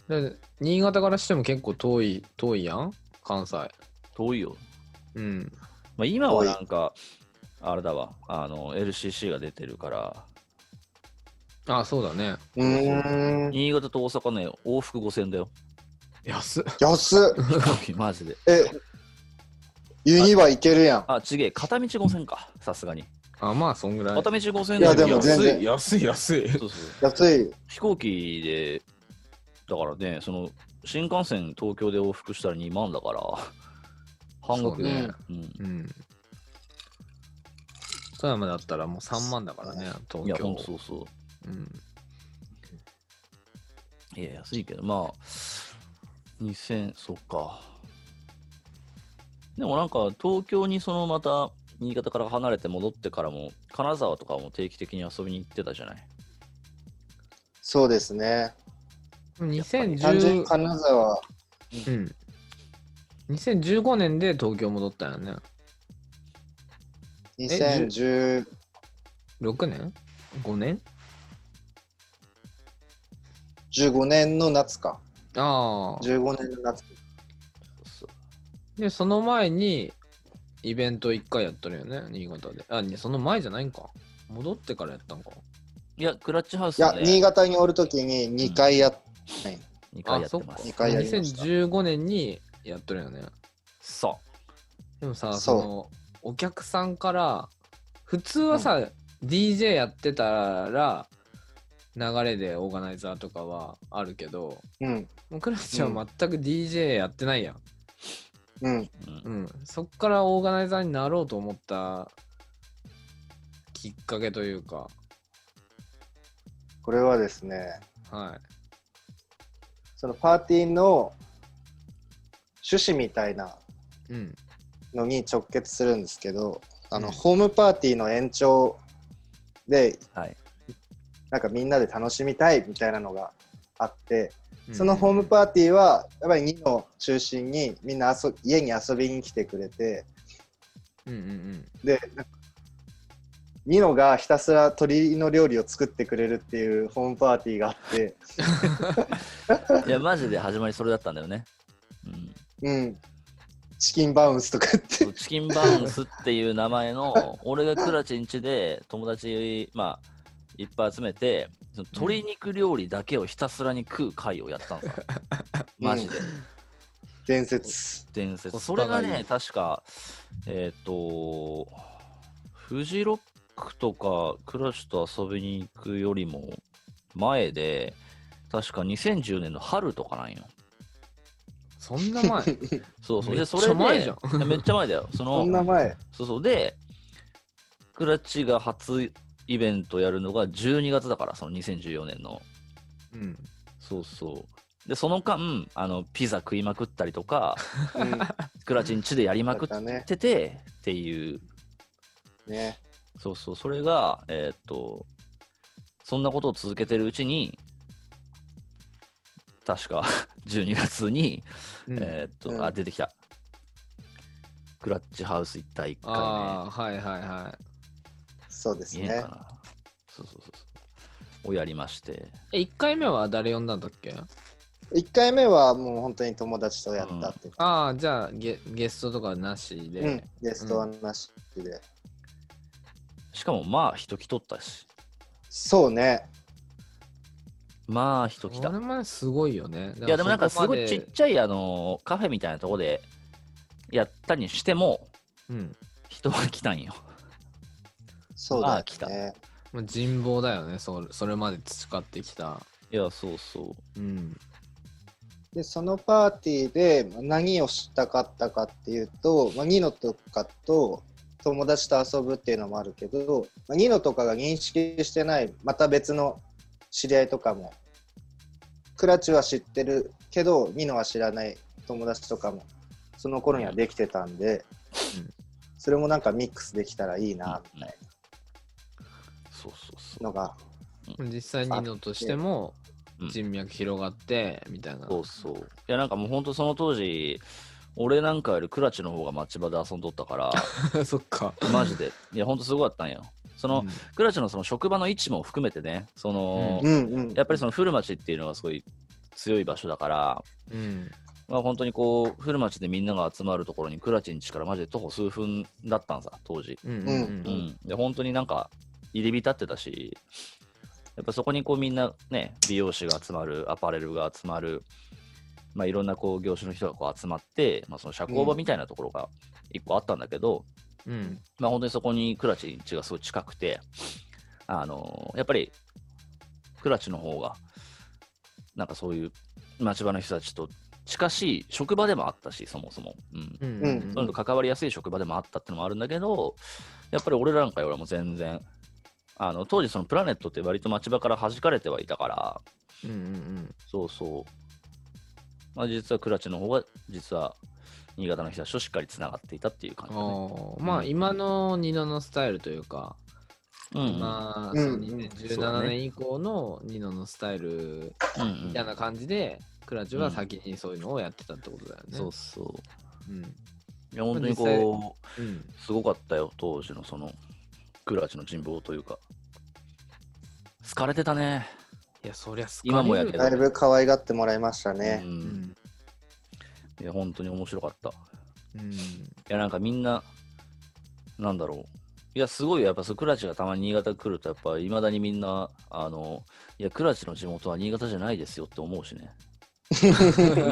A: で新潟からしても結構遠い、遠いやん関西。
B: 遠いよ。
A: うん。
B: まあ、今はなんか、あれだわ、あの、LCC が出てるから、
A: あ、そうだね。
C: うーん。
B: 新潟と大阪ね、往復5000だよ。
A: 安っ。
C: 安っ
B: 飛行機マジで。
C: え、ユニバ行けるやん。
B: あ、ちげえ、片道5000か、さすがに。
A: あ、まあ、そんぐらい
B: 片。道5000
C: いやでも全然
A: 安い、安い。
B: そうそう
C: 安い。
B: 飛行機で、だからね、その、新幹線東京で往復したら2万だから、半額
A: そう
B: ね
A: ね。
B: うん
A: うん。富山だったらもう3万だからね、
B: い
A: 東
B: や、
A: 京。
B: ほんとそうそう。
A: うん。
B: いや、安いけど、まあ、2000、そっか。でもなんか、東京にそのまた、新潟から離れて戻ってからも、金沢とかも定期的に遊びに行ってたじゃない。
C: そうですね。単純に
A: 2010、
C: 金沢、
A: うん。2015年で東京戻ったよね。
C: 2016
A: 6年 ?5 年
C: 年の夏か。
A: ああ。
C: 15年の夏。
B: そう
A: で、その前に、イベント1回やったるよね、新潟で。あ、ねその前じゃないんか。戻ってからやったんか。
B: いや、クラッチハウス
C: いや、新
B: で
C: 潟におるときに2回やっ、はい
B: 2回やって
A: そっ
B: ま
A: か。
B: す。
C: 二回やりました
A: 2015年にやっとるよね。
B: そ
A: でもさ、
C: そう
A: その、お客さんから、普通はさ、DJ やってたら、流れでオーガナイザーとかはあるけど、
C: うん、
A: もうクラスちゃんは全く DJ やってないやん。
C: うん、
B: う。うん
A: うん。そっからオーガナイザーになろうと思ったきっかけというか、
C: これはですね、
A: はい。
C: そのパーティーの趣旨みたいな
A: うん。
C: のに直結するんですけど、あの、
A: うん
C: ホームパーティーの延長で、
B: はい。
C: なんかみんなで楽しみたいみたいなのがあって、
A: うん
C: そのホームパーティーは、やっぱり2の中心にみんな遊家に遊びに来てくれて、
A: うんうん
C: で、なんかニノがひたすら鳥の料理を作ってくれるっていうホームパーティーがあって、
B: いや、マジで始まりそれだったんだよね。うん
C: うん、チキンバウンスとかって
B: そ、うチキンバウンスっていう名前 の、俺がクラチンチで友達、まあ、いっぱい集めて、その鶏肉料理だけをひたすらに食う会をやったのさ。マジで。
C: 伝説。
B: 伝説。
A: コ
B: そ
A: ス
B: れ
A: パが
B: が
A: いい
B: ね、確か、えっ、と、フジロックとかクラチと遊びに行くよりも前で、確か2010年の春とかなんよ。
A: そんな 前
B: そうそう。
A: めっ
B: で、
A: ちゃ
B: それで、
A: 前じゃ
B: いやめっちゃ前だよ。そ の
C: そんな前。
B: そうそう。で、クラッチが初イベントやるのが12月だから、その2014年の。
A: うん。
B: そうそう。で、その間、あの、ピザ食いまくったりとか、
C: うん、
B: クラッチんちでや りまく
C: だった
B: っ
C: ね
B: てて、っていう、
C: ね。
B: そうそう、それが、えーっと、そんなことを続けてるうちに、確か 12月に、
A: うん
B: えーっと、
C: うん
B: あ、出てきた。クラッチハウス一体一回目。
A: ああ、はいはいは
C: そうです
B: 見えん
C: ね
B: か。な。そうそうそうそう。をやりまして。
A: い。え、1回目は誰呼んだんだっけ
C: 1回目はもう本当に友達とやったっていう、
A: ああ、じゃあゲゲストとかなしで。
C: うんゲストはなしで。
B: しかもまあ人来とったし。
C: そうね。
B: まあ人来
A: こ
B: た
A: れ。もすごいよね。
B: いやでもなんかすごいち
A: そ
B: っ
A: こ
B: ちゃいあのカフェみたいなとこでやったにしても、
A: うん。
B: 人が来たんよ。
C: そう
B: ま
C: だ
B: あ来た
C: ね。
A: まあ、人望だよねそ、それまで培ってきた。
B: いや、そうそう。
A: うん。
C: で、そのパーティーでまあ何をしたかったかっていうと、まあ、ニノとかと友達と遊ぶっていうのもあるけど、まあ、ニノとかが認識してない、また別の知り合いとかも、クラチは知ってるけど、ニノは知らない友達とかも、その頃にはできてたんで、
A: うん
C: それもなんかミックスできたらいいな、みたい
B: そうそうそう。
C: なのが、
A: 実際にのとしても
B: うん
A: 人脈広がって、みたいな。
B: そうそう。いや、なんかもう本当その当時、俺なんかよりクラチの方が町場で遊んどった から、
A: そっか。
B: マジで。いや、本当すごかったんよ。その、クラチのその職場の位置も含めてね、その、
C: うんうん。
B: やっぱりその古町っていうのがすごい強い場所だから、
A: うん。うん。
B: まあ本当にこう、古町でみんなが集まるところにクラチン家からマジで徒歩数分だったんさ、当時。
A: うん。う
C: う
A: ん
C: ん
B: う。ん。で、本当になんか入り浸ってたし、やっぱそこにこうみんなね、美容師が集まる、アパレルが集まる、まあいろんなこう業種の人がこう集まって、まあその社交場みたいなところが一個あったんだけど、
A: うん。
B: まあ本当にそこにクラチン家がすごい近くて、あのやっぱりクラチの方が、なんかそういう町場の人たちと近しい職場でもあったし、そもそも。うん。
A: うん。
C: う
A: うん
C: ん
B: そういうのと関わりやすい職場でもあったってのもあるんだけど、やっぱり俺らなんかよりも全然、あの当時そのプラネットって割と町場から弾かれてはいたから、
A: うんうん。
B: そうそう。まあ実はクラチの方が、実は新潟の人たちとしっかりつながっていたっていう感じだね。
A: ああまあ今のニノのスタイルというか、
B: うんうん。
A: まあ、
C: うん
A: その
C: うん
B: そう
A: 2017
B: だね
A: 年以降のニノのスタイル
B: うん
A: み
B: う
A: たい
B: ん
A: な感じで、クラチは先にそういうのをやってたってことだよね。
B: そうそう。
A: うん。
B: いや、本当に
A: 実際
B: こ
A: うん。
B: う、すごかったよ、当時のその、クラチの人望というか。疲れてたね。
A: いや、そりゃす
B: 今もやけど
C: だいぶ可愛がってもらいましたね
B: う。。
A: うんん。
B: いや、本当に面白かった。い
A: うん。
B: や、なんかみんな、なんだろう。いや、すごいよやっぱそう、クラチがたまに新潟来ると、やっぱ、いまだにみんな、あの、いや、クラチの地元は新潟じゃないですよって思うしね。み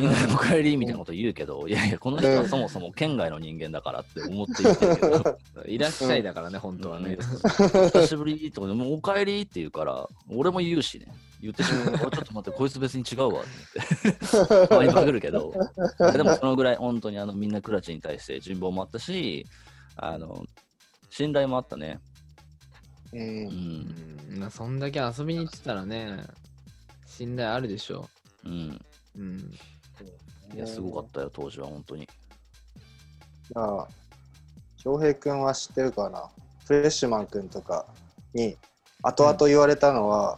B: んな、おかえりみたいなこと言うけど、いやいや、この人はそもそも県外の人間だからって思って言ってるけど。
A: いらっしゃいだからね、本当はね。
B: 久しぶりとかでもうおかえりって言うから、俺も言うしね。言ってしまう。おいちょっと待って、こいつ別に違うわって言って。まあ、今来るけど。でもそのぐらい、本当にあのみんなクラチに対して人望もあったし、あの、信頼もあったね。
C: う
B: うんん。
A: うんまあそんだけ遊びに行ってたらね、信頼あるでしょ
B: うん。
A: う。うん。
B: いや、すごかったよ、当時は、本当に。
C: じゃあ、翔平君は知ってるかなフレッシュマン君とかに後々言われたのは、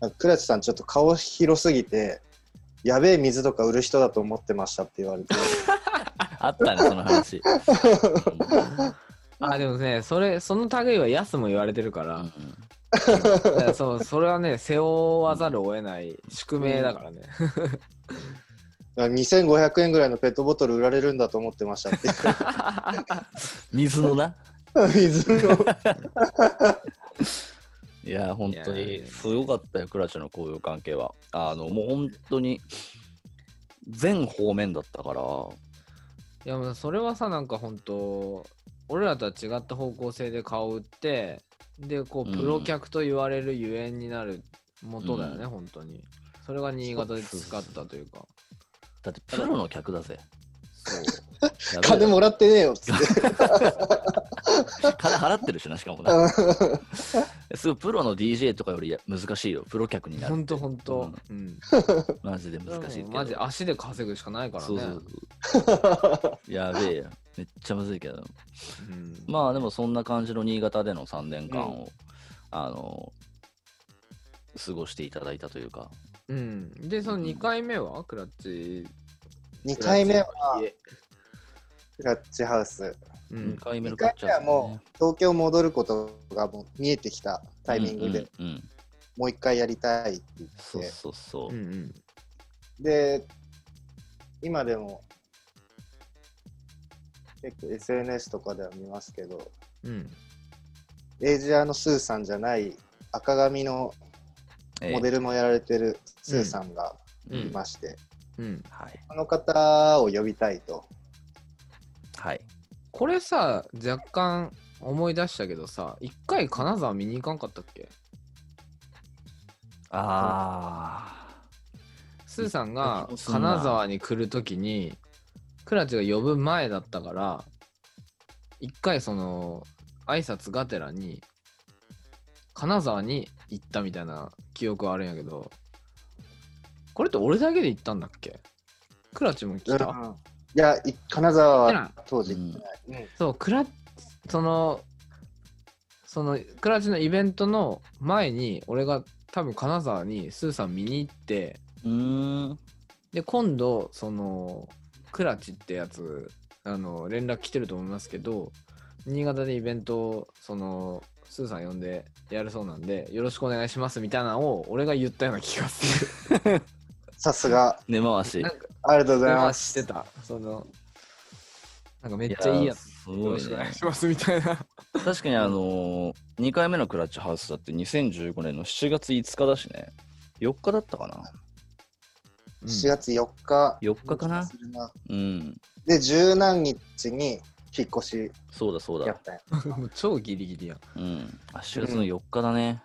C: なんか倉地さんちょっと顔広すぎて、やべえ水とか売る人だと思ってましたって言われて。
B: あったね、その話。
A: あ、でもね、それ、その類はヤスも言われてるから、
B: う
A: だからそうそれはね、背負わざるを得ない宿命だからね。
C: 2500円ぐらいのペットボトル売られるんだと思ってましたって
B: ん水のな。
C: 言って水の。
B: いや、本当
A: いやいや
B: にすごかったよ、クラチの交友関係は。あの、もう本当に、全方面だったから、
A: いや、もうそれはさ、なんか本当俺らとは違った方向性で顔を売って、で、こう、
B: うん
A: プロ客と言われるゆえんになる元だよね、
B: う
A: 本当に。それが新潟で培ったというか。
B: だってプロの客だぜ。そう。
C: 金もらってねえよっつって。
B: 金払ってるしな、しかもな。すごい、プロの DJ とかよりや難しいよ、プロ客にな
A: ほ
B: る。
A: んとほんと。うん。
B: マジで難しいけど。
A: マジ足で稼ぐしかないからね。
B: そうそうそう。やべえよ。めっちゃむずいけど。
A: うん
B: まあでもそんな感じの新潟での3年間を、あの、過ごしていただいたというか。
A: うん、で、その2回目はクラッチ。
C: 2回目は
A: 家
C: クラッチハウス。
A: う
B: 2
A: ん。
B: 回目
C: 2
B: の
C: 回目は
B: ね
C: もう東京戻ることがもう見えてきたタイミングで、
B: うんうんうん
C: もう一回やりたいって言って。
B: そうそうそ
A: うん
B: う、
A: うん。
C: で、今でも結構 SNS とかでは見ますけど、
A: うん。
C: エイジアのスーさんじゃない赤髪の
B: ええ
C: モデルもやられてるスーさんが
A: うん
C: いまして、
A: うん。
B: はい
C: この方を呼びたいと
B: はい
A: これさ、若干思い出したけどさ、一回金沢見に行かんかったっけ
B: あ
A: スーさんが
B: うん
A: 金沢に来るときに、クラチが呼ぶ前だったから、一回その、挨拶がてらに、金沢に行ったみたいな記憶はあるんやけど、これって俺だけで行ったんだっけクラチも来た、
C: うんいや、い金沢
A: 来てな
C: はい当時行ってない。うん
A: そう、クラその、その、クラチのイベントの前に、俺が多分金沢にスーさん見に行って、
B: ー。うーん。
A: で、今度、その、クラチってやつ、あの、連絡来てると思いますけど、新潟でイベントを、その、スーさん呼んでやるそうなんで、よろしくお願いしますみたいなのを、俺が言ったような気がす
C: さすが、
B: 根回し。
A: る。なんか、
C: ありがとうござい ま
A: し
C: す。
A: てた。その、なんかめっちゃいいやつ。
B: す
A: よ
B: ご
A: ろ
B: い
A: しくお願
B: ね
A: い。しますみたいな。
B: 確かにあのー、2回目のクラッチハウスだって2015年の7月5日だしね。4日だったかな
A: うん
C: 4月4日。
B: ?4 日かな
C: するな
B: うん。
C: で、十何日に引っ越し
B: そうだそうだ
C: やっ。たん や。
A: もう超ギリギリやん。
B: うん。あ、4月の4日だね。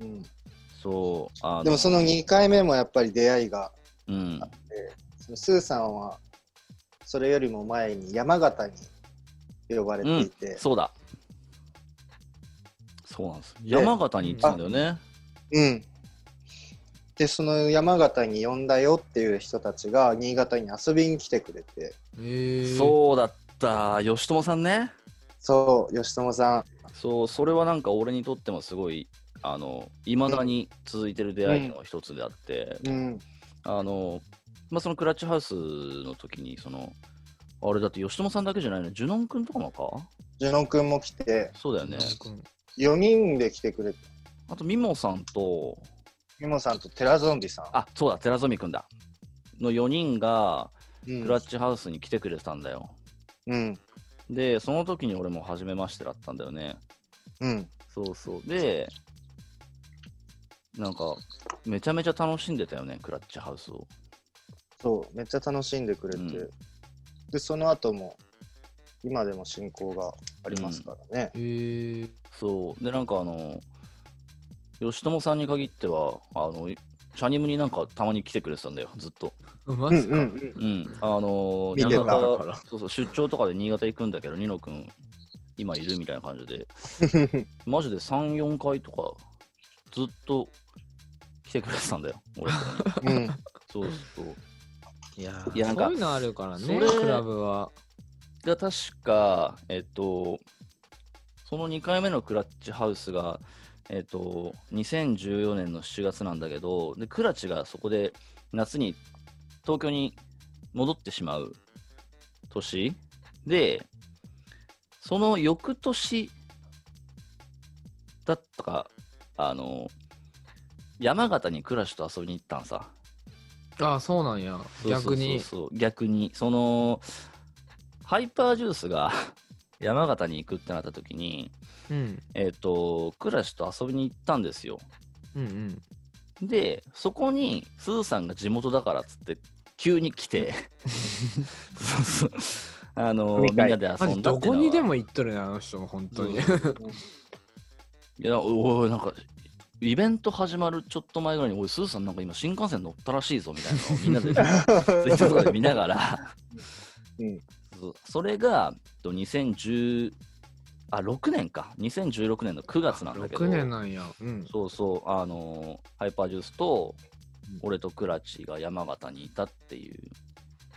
C: うん
B: そう。あの
C: でもその2回目もやっぱり出会いが
B: うん
C: あ。って、そのスーさんはそれよりも前に山形に呼ばれていて、
B: そうだ。そうなんです。山形に行ってたんだよね。
C: うん。で、その山形に呼んだよっていう人たちが新潟に遊びに来てくれて、
A: えー、
B: そうだった。吉友さんね。
C: そう、吉友さん、
B: そう、それはなんか俺にとってもすごい、あの、いまだに続いてる出会いの一つであって、
C: うん、
B: あの、まあ、そのクラッチハウスの時に、その、あれだって吉友さんだけじゃないの、ジュノン君とかもか
C: ジュノン君も来て、
B: そうだよね。
C: 4人で来てくれて、
B: あと、ミモさんと、
C: ミモさんとテラゾンビさん。
B: あ、そうだ、寺染君だ。の4人が
C: うん
B: クラッチハウスに来てくれてたんだよ。
C: うん、
B: で、その時に俺も初めましてだったんだよね。
C: うん、
B: そうそう。で、なんか、めちゃめちゃ楽しんでたよね、クラッチハウスを。
C: そう、めっちゃ楽しんでくれて、
B: うん
C: で、その後も、今でも親交がありますからね。
A: えー、
B: そう。で、なんかあの、吉友さんに限っては、あの、チャニムになんかたまに来てくれてたんだよ、ずっと。
A: マ
C: うん、
A: ジ
C: う
A: か。
C: ん、う。
B: うんん。あの、
C: 見て
B: 新
C: た
B: 潟
A: から
B: そうそう、出張とかで新潟行くんだけど、ニノ君、今いるみたいな感じで、マジで3、4回とか、ずっと来てくれてたんだよ、俺 とかに
C: うん、
B: そうそう。
A: いや
B: いやなんか
A: そういうのあるからね、
B: それ
A: クラブは。
B: が確か、えっと、その2回目のクラッチハウスが、えっと、2014年の7月なんだけど、で、クラッチがそこで夏に東京に戻ってしまう年で、その翌年だったか、あの、山形にクラッシュと遊びに行ったんさ。
A: ああ、そうなんや。逆に。
B: そうそうそう逆にそのハイパージュースが 山形に行くってなった時に
A: うん。
B: えっ、とクラシと遊びに行ったんですよ
A: うんうん。
B: でそこにスーさんが地元だからっつって急に 来てそうそうあのみ
C: 飲み
B: ん
C: 会
B: なで遊んだって
A: マ
B: い
A: ジ
B: うの
A: ど
B: は
A: こにでも行っとるね、あの人も、本当に。
B: いやおおなんかイベント始まるちょっと前ぐらいに、おい、スーさんなんか今新幹線乗ったらしいぞみたいなのをみんなでツイッターとかで見ながら、
C: うん
B: そうそれがと2010あ6年か2016年の9月なんだけど
A: 6年なんや。うん。
B: そうそうあのーハイパージュースと
C: うん
B: 俺とクラチが山形にいたっていう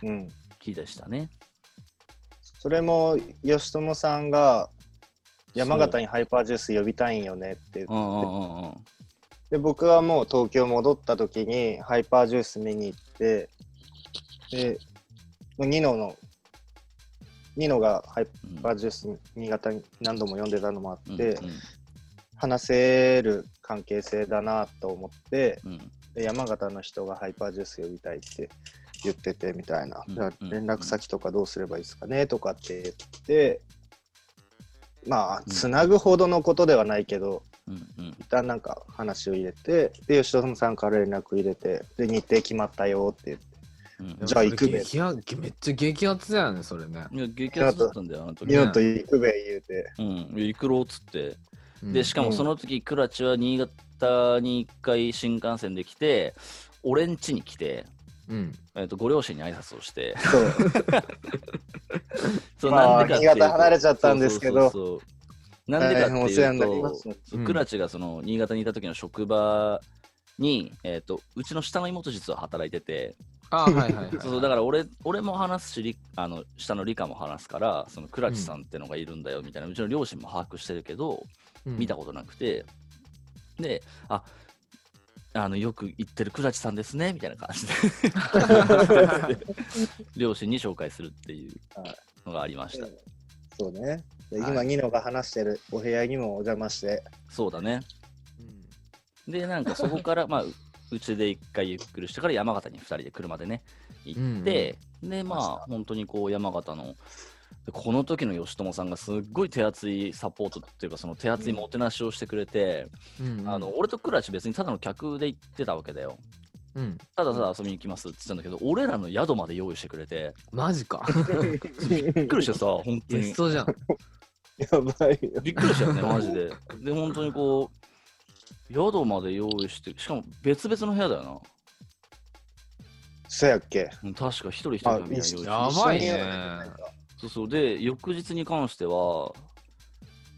C: うん。
B: 日でしたね
C: それも、吉友さんが、山形にハイパージュース呼びたいんよねって
B: うんうんうんうん
C: で僕はもう東京戻った時にハイパージュース見に行ってでニノのニノがハイ
B: うん
C: パージュース新潟に何度も読んでたのもあ
B: う
C: っ
B: ん
C: て、話せる関係性だなと思って
B: うんうん
C: で山形の人がハイパージュース呼びたいって言っててみたいな、
B: うん
C: じゃあ
B: うん
C: 連絡先とかどうすればいいですかねとかって言ってまあ
B: うん
C: つなぐほどのことではないけど、
B: うんうん
C: 一旦なんか話を入れてで吉田さんから連絡入れてで日程決まったよって言って
B: うん
C: じゃあ行くべ
A: 激アツめっちゃ激アツだよね、それね。
B: いや激アツだったんだよ、あの時
C: ニ。ノと行くべ言 うて。
B: うん、行くろうっつって。
A: うん
B: で、しかもその時、クラチは新潟に一回新幹線で来て、俺ん家に来て、
A: うん。
B: えっとご両親に挨拶をして、
C: そう。
B: そう
C: まあ
B: なんでかっていうと
C: 新潟離れちゃったんですけど
B: そうそうそうそうなんでかって
C: 大変お世
B: い
C: 話に
B: う
C: なりま
B: と
C: すね、
B: そう
A: うん
B: クラチがその新潟にいた時の職場に、えっとうちの下の妹実は働いてて、
A: ああ、はいはいはい。
B: そうそうだから俺俺も話すしリあの下の理科も話すからその倉地さんってのがいるんだよみたいな、うちの両親も把握してるけど
A: うん
B: 見たことなくて、でああのよく行ってる倉地さんですねみたいな感じで両親に紹介するっていうのがありました、
C: そうね。で
B: はい
C: 今、ニノが話してるお部屋にもお邪魔して。
B: そうだね
A: うん
B: でなんかそこからまあううちで一回ゆっくりしてから山形に2人で車でね行って、でまあ
C: ました
B: 本当にこう山形のでこの時の吉友さんがすっごい手厚いサポートっていうかその手厚いもてなしをしてくれて、
A: うんうん
B: あの俺と倉地別にただの客で行ってたわけだよ
A: うん。
B: ただただ遊びに行きますって言ってたんだけど俺らの宿まで用意してくれて
A: マジか。
B: びっくりしてさ本当
A: ゲス
B: に
A: トじゃん。
C: やばいよ。
B: びっくりしたよねマジでで本当にこう宿まで用意してしかも別々の部屋だよな
C: そうやっけ
B: うん確か一人一人がみんな用意して
A: やばいね
B: そうそうで翌日に関しては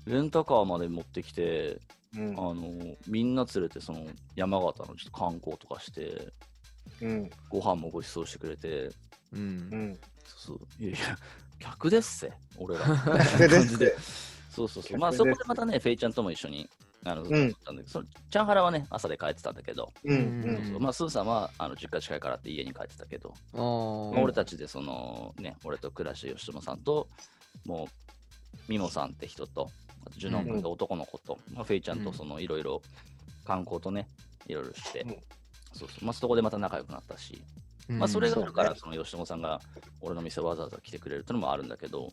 B: レンタカーまで持ってきて、
C: うん
B: あのみんな連れてその山形のちょっと観光とかして
C: うん
B: ご飯もご馳走してくれて
A: う。
C: うんん。
B: そうそういやいや客ですせ俺ら
C: でですね。
B: そうそうそ
C: 客で
B: う
C: す
B: まあそこでまたねフェイちゃんとも一緒にあの、
C: ん
B: ったんだけどそのチャンハラはね朝で帰ってたんだけど、
C: う
A: う
C: んうん。
B: そうんそうまあスーさんはあの実家近いからって家に帰ってたけど、
A: ああ。
B: まあ俺たちでそのね俺と倉橋吉友さんともうミモさんって人とあとジュノン君と男の子と、まあ、フェイちゃんとそのいろいろ観光とねいろいろして、
C: うん
B: そうそうまあ、そこでまた仲良くなったし、
A: うん
B: まあ、それが
C: そ
B: あ
C: う
B: るから
C: ね
B: その吉友さんが俺の店わざわざ来てくれるってのもあるんだけど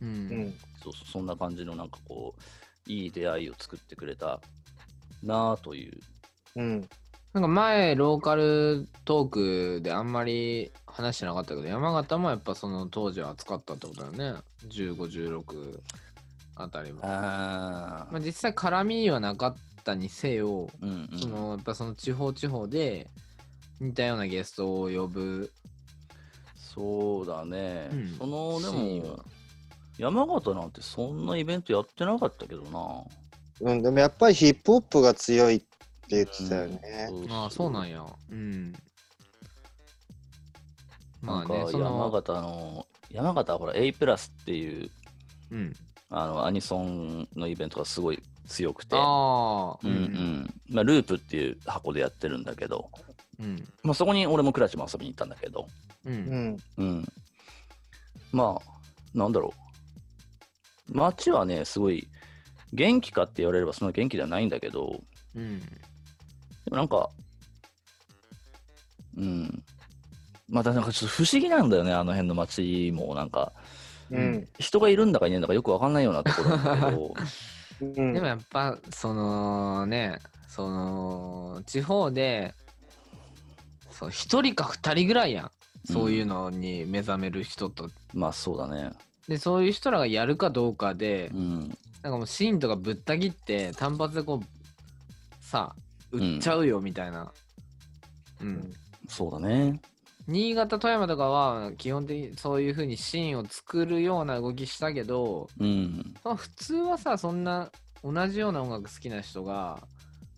A: う。
C: うんん。
B: そうそうそんな感じのなんかこういい出会いを作ってくれたなあという
C: うん。
A: なんか前、ローカルトークであんまり話してなかったけど、山形もやっぱその当時は暑かったってことだよね。15、16あたりも。
B: あ
A: まあ、実際、絡みはなかったにせよ、
B: うんうん
A: そのやっぱその地方地方で似たようなゲストを呼ぶ
B: そうだね、
A: うん
B: そので
A: シーン
B: も
A: は
B: 山形なんてそんなイベントやってなかったけどな。
C: うん。でもやっぱりヒップホップが強いって言ってたよね。
B: ん
A: ああそうなん
B: や。
A: やうんま
B: な
A: あ
B: んか
A: ねそ
B: 山
A: の
B: 形の山形はほら A プラスっていう
A: うん
B: あのアニソンのイベントがすごい強くて、
A: ああ
B: うんうんまあ、ループっていう箱でやってるんだけど、
A: うん
B: まあ、そこに俺もクラチも遊びに行ったんだけど、
A: うんう
C: うんん。
B: うん、まあなんだろう街はねすごい元気かって言われればそんな元気ではないんだけど、
A: うん
B: でもなんか、うん。またなんかちょっと不思議なんだよね、あの辺の街も。なんか、
C: うん。
B: 人がいるんだかいないんだかよくわかんないようなところな んだけど。
C: うん。
A: でもやっぱそのねその地方でそう一人か二人ぐらいやんそういうのに目覚める人と、
B: まあそうだね。
A: でそういう人らがやるかどうかで、
B: うん。
A: なんかもうシーンとかぶった切って単発でこうさあ売っちゃうよみたいな、うん
B: そうだね。
A: 新潟富山とかは基本的にそういう風にシーンを作るような動きしたけど、
B: うん。
A: まあ、普通はさそんな同じような音楽好きな人が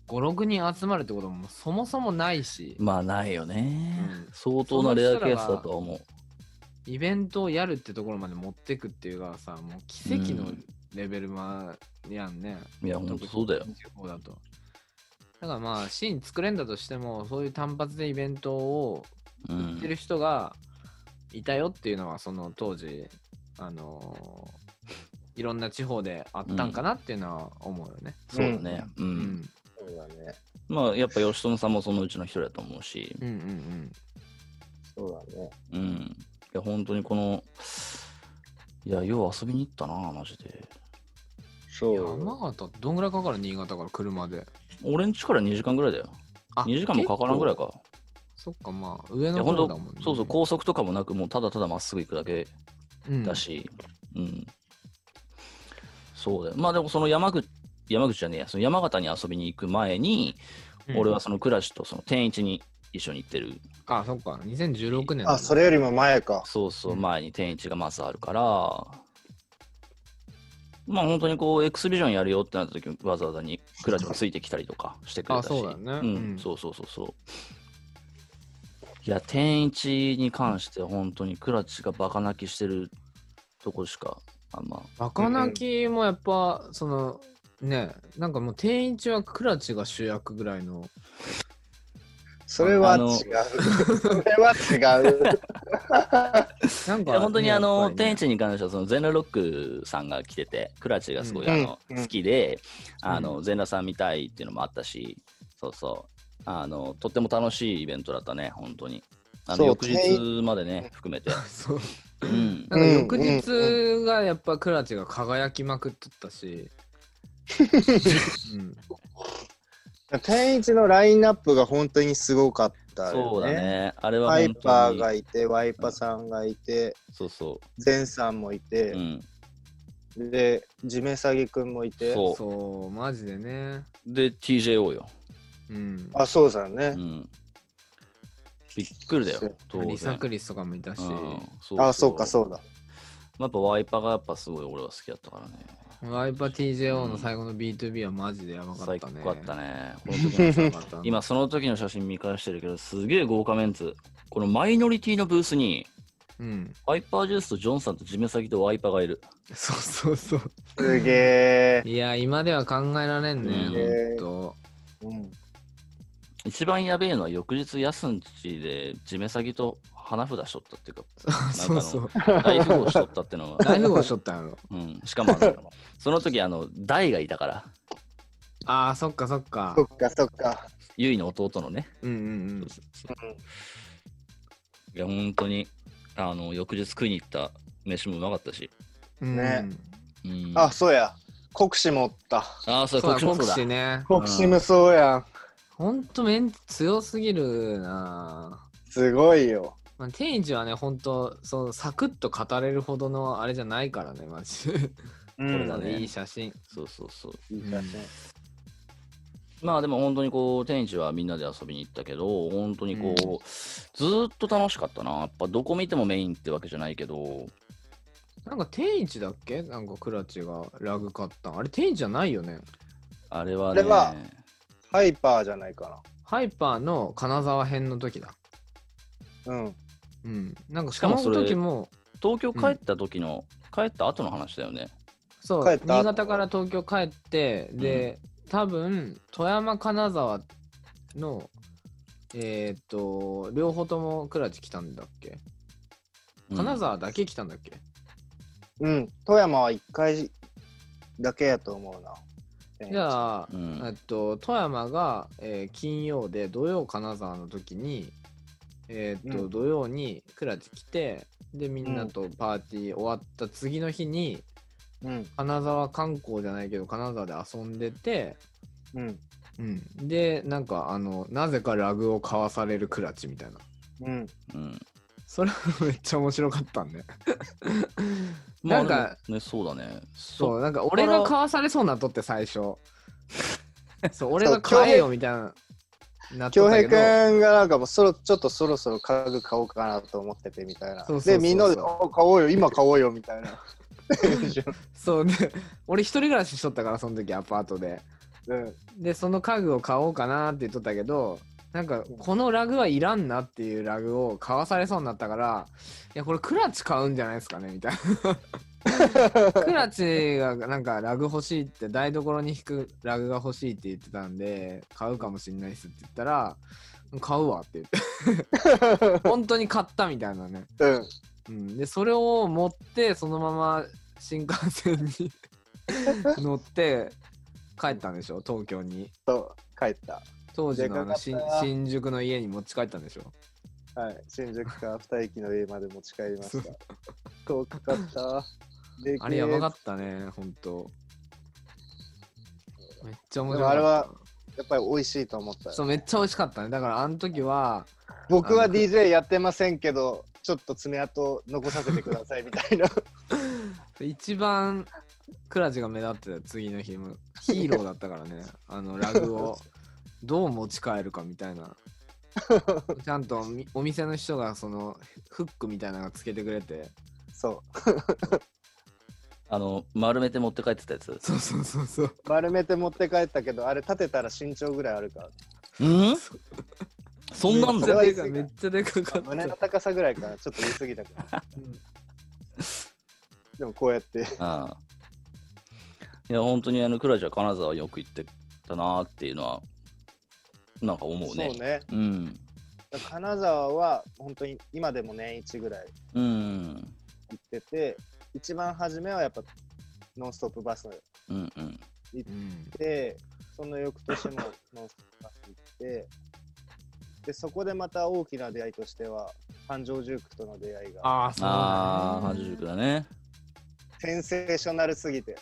A: 56人集まるってことももうそもそもないし
B: まあないよね。
A: うん
B: 相当なレアケースだとは思う。
A: イベントをやるってところまで持ってくっていうかさもう奇跡の
B: うん
A: レベルまやんね、
B: いや、ほんとそうだよ。
A: 地方だと。だからまあシーン作れんだとしてもそういう単発でイベントを
B: う
A: 売ってる
B: ん。
A: 人がいたよっていうのはその当時あのーいろんな地方であったんかなっていうのは思うよね。
B: そうだね。う。
A: うんん
C: そうだね。
B: まあやっぱ吉友さんもそのうちの一人だと思うし。
A: うんうん
C: そうだね。
B: うん。いや、本当にこの、いや、よう遊びに行ったな、マジで。
C: そ
A: うん。
C: う。
A: 山形どんぐらいかかる新潟から車で。
B: 俺ん家から2時間ぐらいだよ。
A: あ
B: 2時間もかからんぐらい。か。
A: 結構そっか、まあ、上
B: い
A: の
B: や本
A: 方
B: 当
A: だもんね。
B: そうそう、高速とかもなく、もうただただまっすぐ行くだけ
A: うん
B: だし、うん。そうだよ。まあでもその山口、山口じゃねえや、その山形に遊びに行く前に、俺は。その倉地とその天一に一緒に行ってる。
A: うんあ、そっか、2016年。
C: あ、そ。れよりも前か。
B: そうそうう、
A: ん
B: 前に天一がまずあるから、まあ本当にこう、エクスビジョンやるよってなった時わざわざに倉地もついてきたりとかしてくれたし。
A: あそうだよね
B: うん、
A: うん
B: そうそうそうそう。いや、天一に関して本当に倉地がバカ泣きしてるとこしか、あんま、
A: 若泣きもやっぱ、その、ね、なんかもう、定員中はクラチが主役ぐらいの。
C: それは
B: あ
C: 違
B: の
C: う。それは違う。
A: なん
B: い
A: か、
B: や本当にあの、天
A: 一
B: 一に関してはその全裸ロックさんが来ててクラチがすごい
A: うん
B: あの、
C: うん
B: 好きで、あの
A: う
B: 全裸さん見たいっていうのもあったしそうそうあのとっても楽しいイベントだったね本当にあ
C: そ
B: の
C: う
B: 翌日までね含 めて、
A: そう。
B: うん、
A: なんか翌日がやっぱクラチが輝きまくっとった し。うん、
C: 天一のラインナップが本当にすごかった、
B: そうだ。ねあれは
C: ワイ
B: 本
C: パ
B: 当
C: ー
B: に
C: がいて、ワイパーさんがいて、
B: そうそ、
C: ゼンさんもいうて
B: う、ん、
C: で、ジメサギくんもいて。
B: そう
A: そう、マジでね。
B: で TJO よ、
A: うん。
C: あ、そうだ
B: う
C: ね。
B: ん、びっくりだよ当然
A: リサクリスとかもいたし。
B: うんそう
C: あ、そうか、そうだ。
B: やっぱワイパーがやっぱすごい俺は好きだったからね
A: ワイパー TJO の最後の B2B はマジでやばかっ
B: 最
A: たね。
B: 高だったね。
A: やばかったね。
B: 今その時の写真見返してるけど、すげえ豪華メンツ。このマイノリティのブースに、
A: うん。
B: ワイパージュースとジョンさんとジメサギとワイパーがいる。
A: そうそうそう。
C: すげえ。
A: いや、今では考えられんね、ほ
C: うん
A: んと。
C: うん
B: 一番やべえのは翌日ヤスンチでジメサギと花札しとったっていう
A: そうそう。
B: か、大富豪しとったっての は、
A: 大富豪しとったんやろ。
B: うん、しかもあのその時あの、ダイがいたから、
A: ああ、そっかそっか
C: そ。っか、そっか。
B: ユイの弟のね。
A: うんうん
B: いや、本当に、あの、翌日食いに行った飯もうまかったし。
A: うん。
C: ね
A: うん。
B: うん、
C: あ、そうや。国士もおった。
B: あ、そう、
A: そうだ、
B: こっ
A: 国
B: ち
A: 士
B: も
A: ね。
C: 国士もそうやん。
A: ほんとメンツ強すぎるなぁ
C: すごいよ。
A: まあ、天一はね、ほんと、そのサクッと語れるほどのあれじゃないからね、マジ で。
C: こ
B: れだね
A: いい写真。
B: そうそうそう。
A: うん
B: まあでも本当にこう、天一はみんなで遊びに行ったけど、本当にこう、
A: う
B: ずーっと楽しかったな。やっぱどこ見てもメインってわけじゃないけど、
A: なんか天一だっけなんかクラチがラグ買ったんあれ天一じゃないよね。
B: あれは
C: あ
B: ね、
C: れはハイパーじゃないか
A: ハイパーの金沢編の時だ。
C: な。うん。
A: うん。なんか
B: し
A: し
B: か
A: か
B: も
A: も
B: そ
A: そ
B: れ
A: の時も、
B: 東京帰った時の、帰った後の話だよね。
A: そう、
C: 帰った
A: 新潟から東京帰って、で、多分、富山、金沢の、えーっと、両方ともクラチ来たんだっけ
B: うん
A: 金沢だけ来たんだっけ、
C: うん。富山は一回だけやと思うな。
A: じゃあ、
B: う
A: えっ
B: ん。
A: と、富山が、えー金曜で土曜金沢の時に、えーっと
C: うん
A: 土曜にクラチ来てでみんなとパーティー終わった次の日に
C: うん。
A: 金沢観光じゃないけど金沢で遊んでて、
C: うん。
A: うん、でなんかあのなぜかラグを買わされるクラチみたいな
C: うん。
B: うん。
A: それ めっちゃ面白かったんで
B: ま
A: な
B: あ
A: んか
B: でもね、そうだね。
A: そ
B: そうう。
A: なんか俺が買わされそうなっとって最初そう俺が買えよみたいななっと
C: 恭
A: ったけど
C: 平くんがなんかもうそろちょっとそろそろ家具買おうかなと思っててみたいな。
A: そうそうそうそう
C: でみんなで「あ買おうよ今買おうよ」みた いな。
A: そうで 俺一人暮らししとったからその時アパートで
C: うん、
A: でその家具を買おうかなって言っとったけどなんかこのラグはいらんなっていうラグを買わされそうになったからいやこれクラッチ買うんじゃないですかねみたいなクラッチがなんかラグ欲しいって台所に引くラグが欲しいって言ってたんで買うかもしんないっすって言ったら買うわって言って本当に買ったみたいなね
C: うん、
A: うん、でそれを持ってそのまま新幹線に 乗って帰ったんでしょ東京に
C: と帰った。
A: 当時のあの
C: で
A: 新
C: かかった
A: 新宿の家に持ち帰ったんでしょ
C: はい、新宿から二駅の家まで持ち帰りました。遠かか った。で
A: あれやばかったねほんとめっちゃ面白かった
C: でもあれはやっぱり美味しいと思ったよ
A: そう、めっちゃ美味しかったね。だから、あの時は、
C: 僕
A: あ
C: は
A: の
C: DJ やってませんけどちょっと爪痕残させてくださいみた いな
A: 一番クラジが目立ってた次の日もヒーローだったから ねあのラグをどう持ち帰るかみたいなちゃんとみお店の人がそのフックみたいなのがつけてくれて
C: そ
B: あの、丸めて持って帰ってた やつ。
A: そうそうそうそう
C: う丸めて持って帰ったけどあれ立てたら身長ぐらいあ るから
B: うんそんなん
A: めっち
B: だ
A: ゃ
B: よ。
A: でかめっちゃでかか
C: あ
A: った
C: 胸の高さぐらいからちょっと言い過ぎた けどでもこうやって
B: うんいや、本当にあの、クラジは金沢よく行ってたなーっていうのは、なんか思うね。
C: そうね
B: うん。
C: 金沢は本当に今でも年一ぐらい
B: うん。
C: 行ってて一番初めはやっぱ「ノンストップバス」
B: うんうん。
A: うん
C: で、その翌年もノンストップバス行って、で、そこでまた大きな出会いとしては、繁盛塾との出会いが、
A: ああそう
B: あ
A: だ
B: あ、半
A: ね
B: 熟だね。
C: センセーショナルすぎて、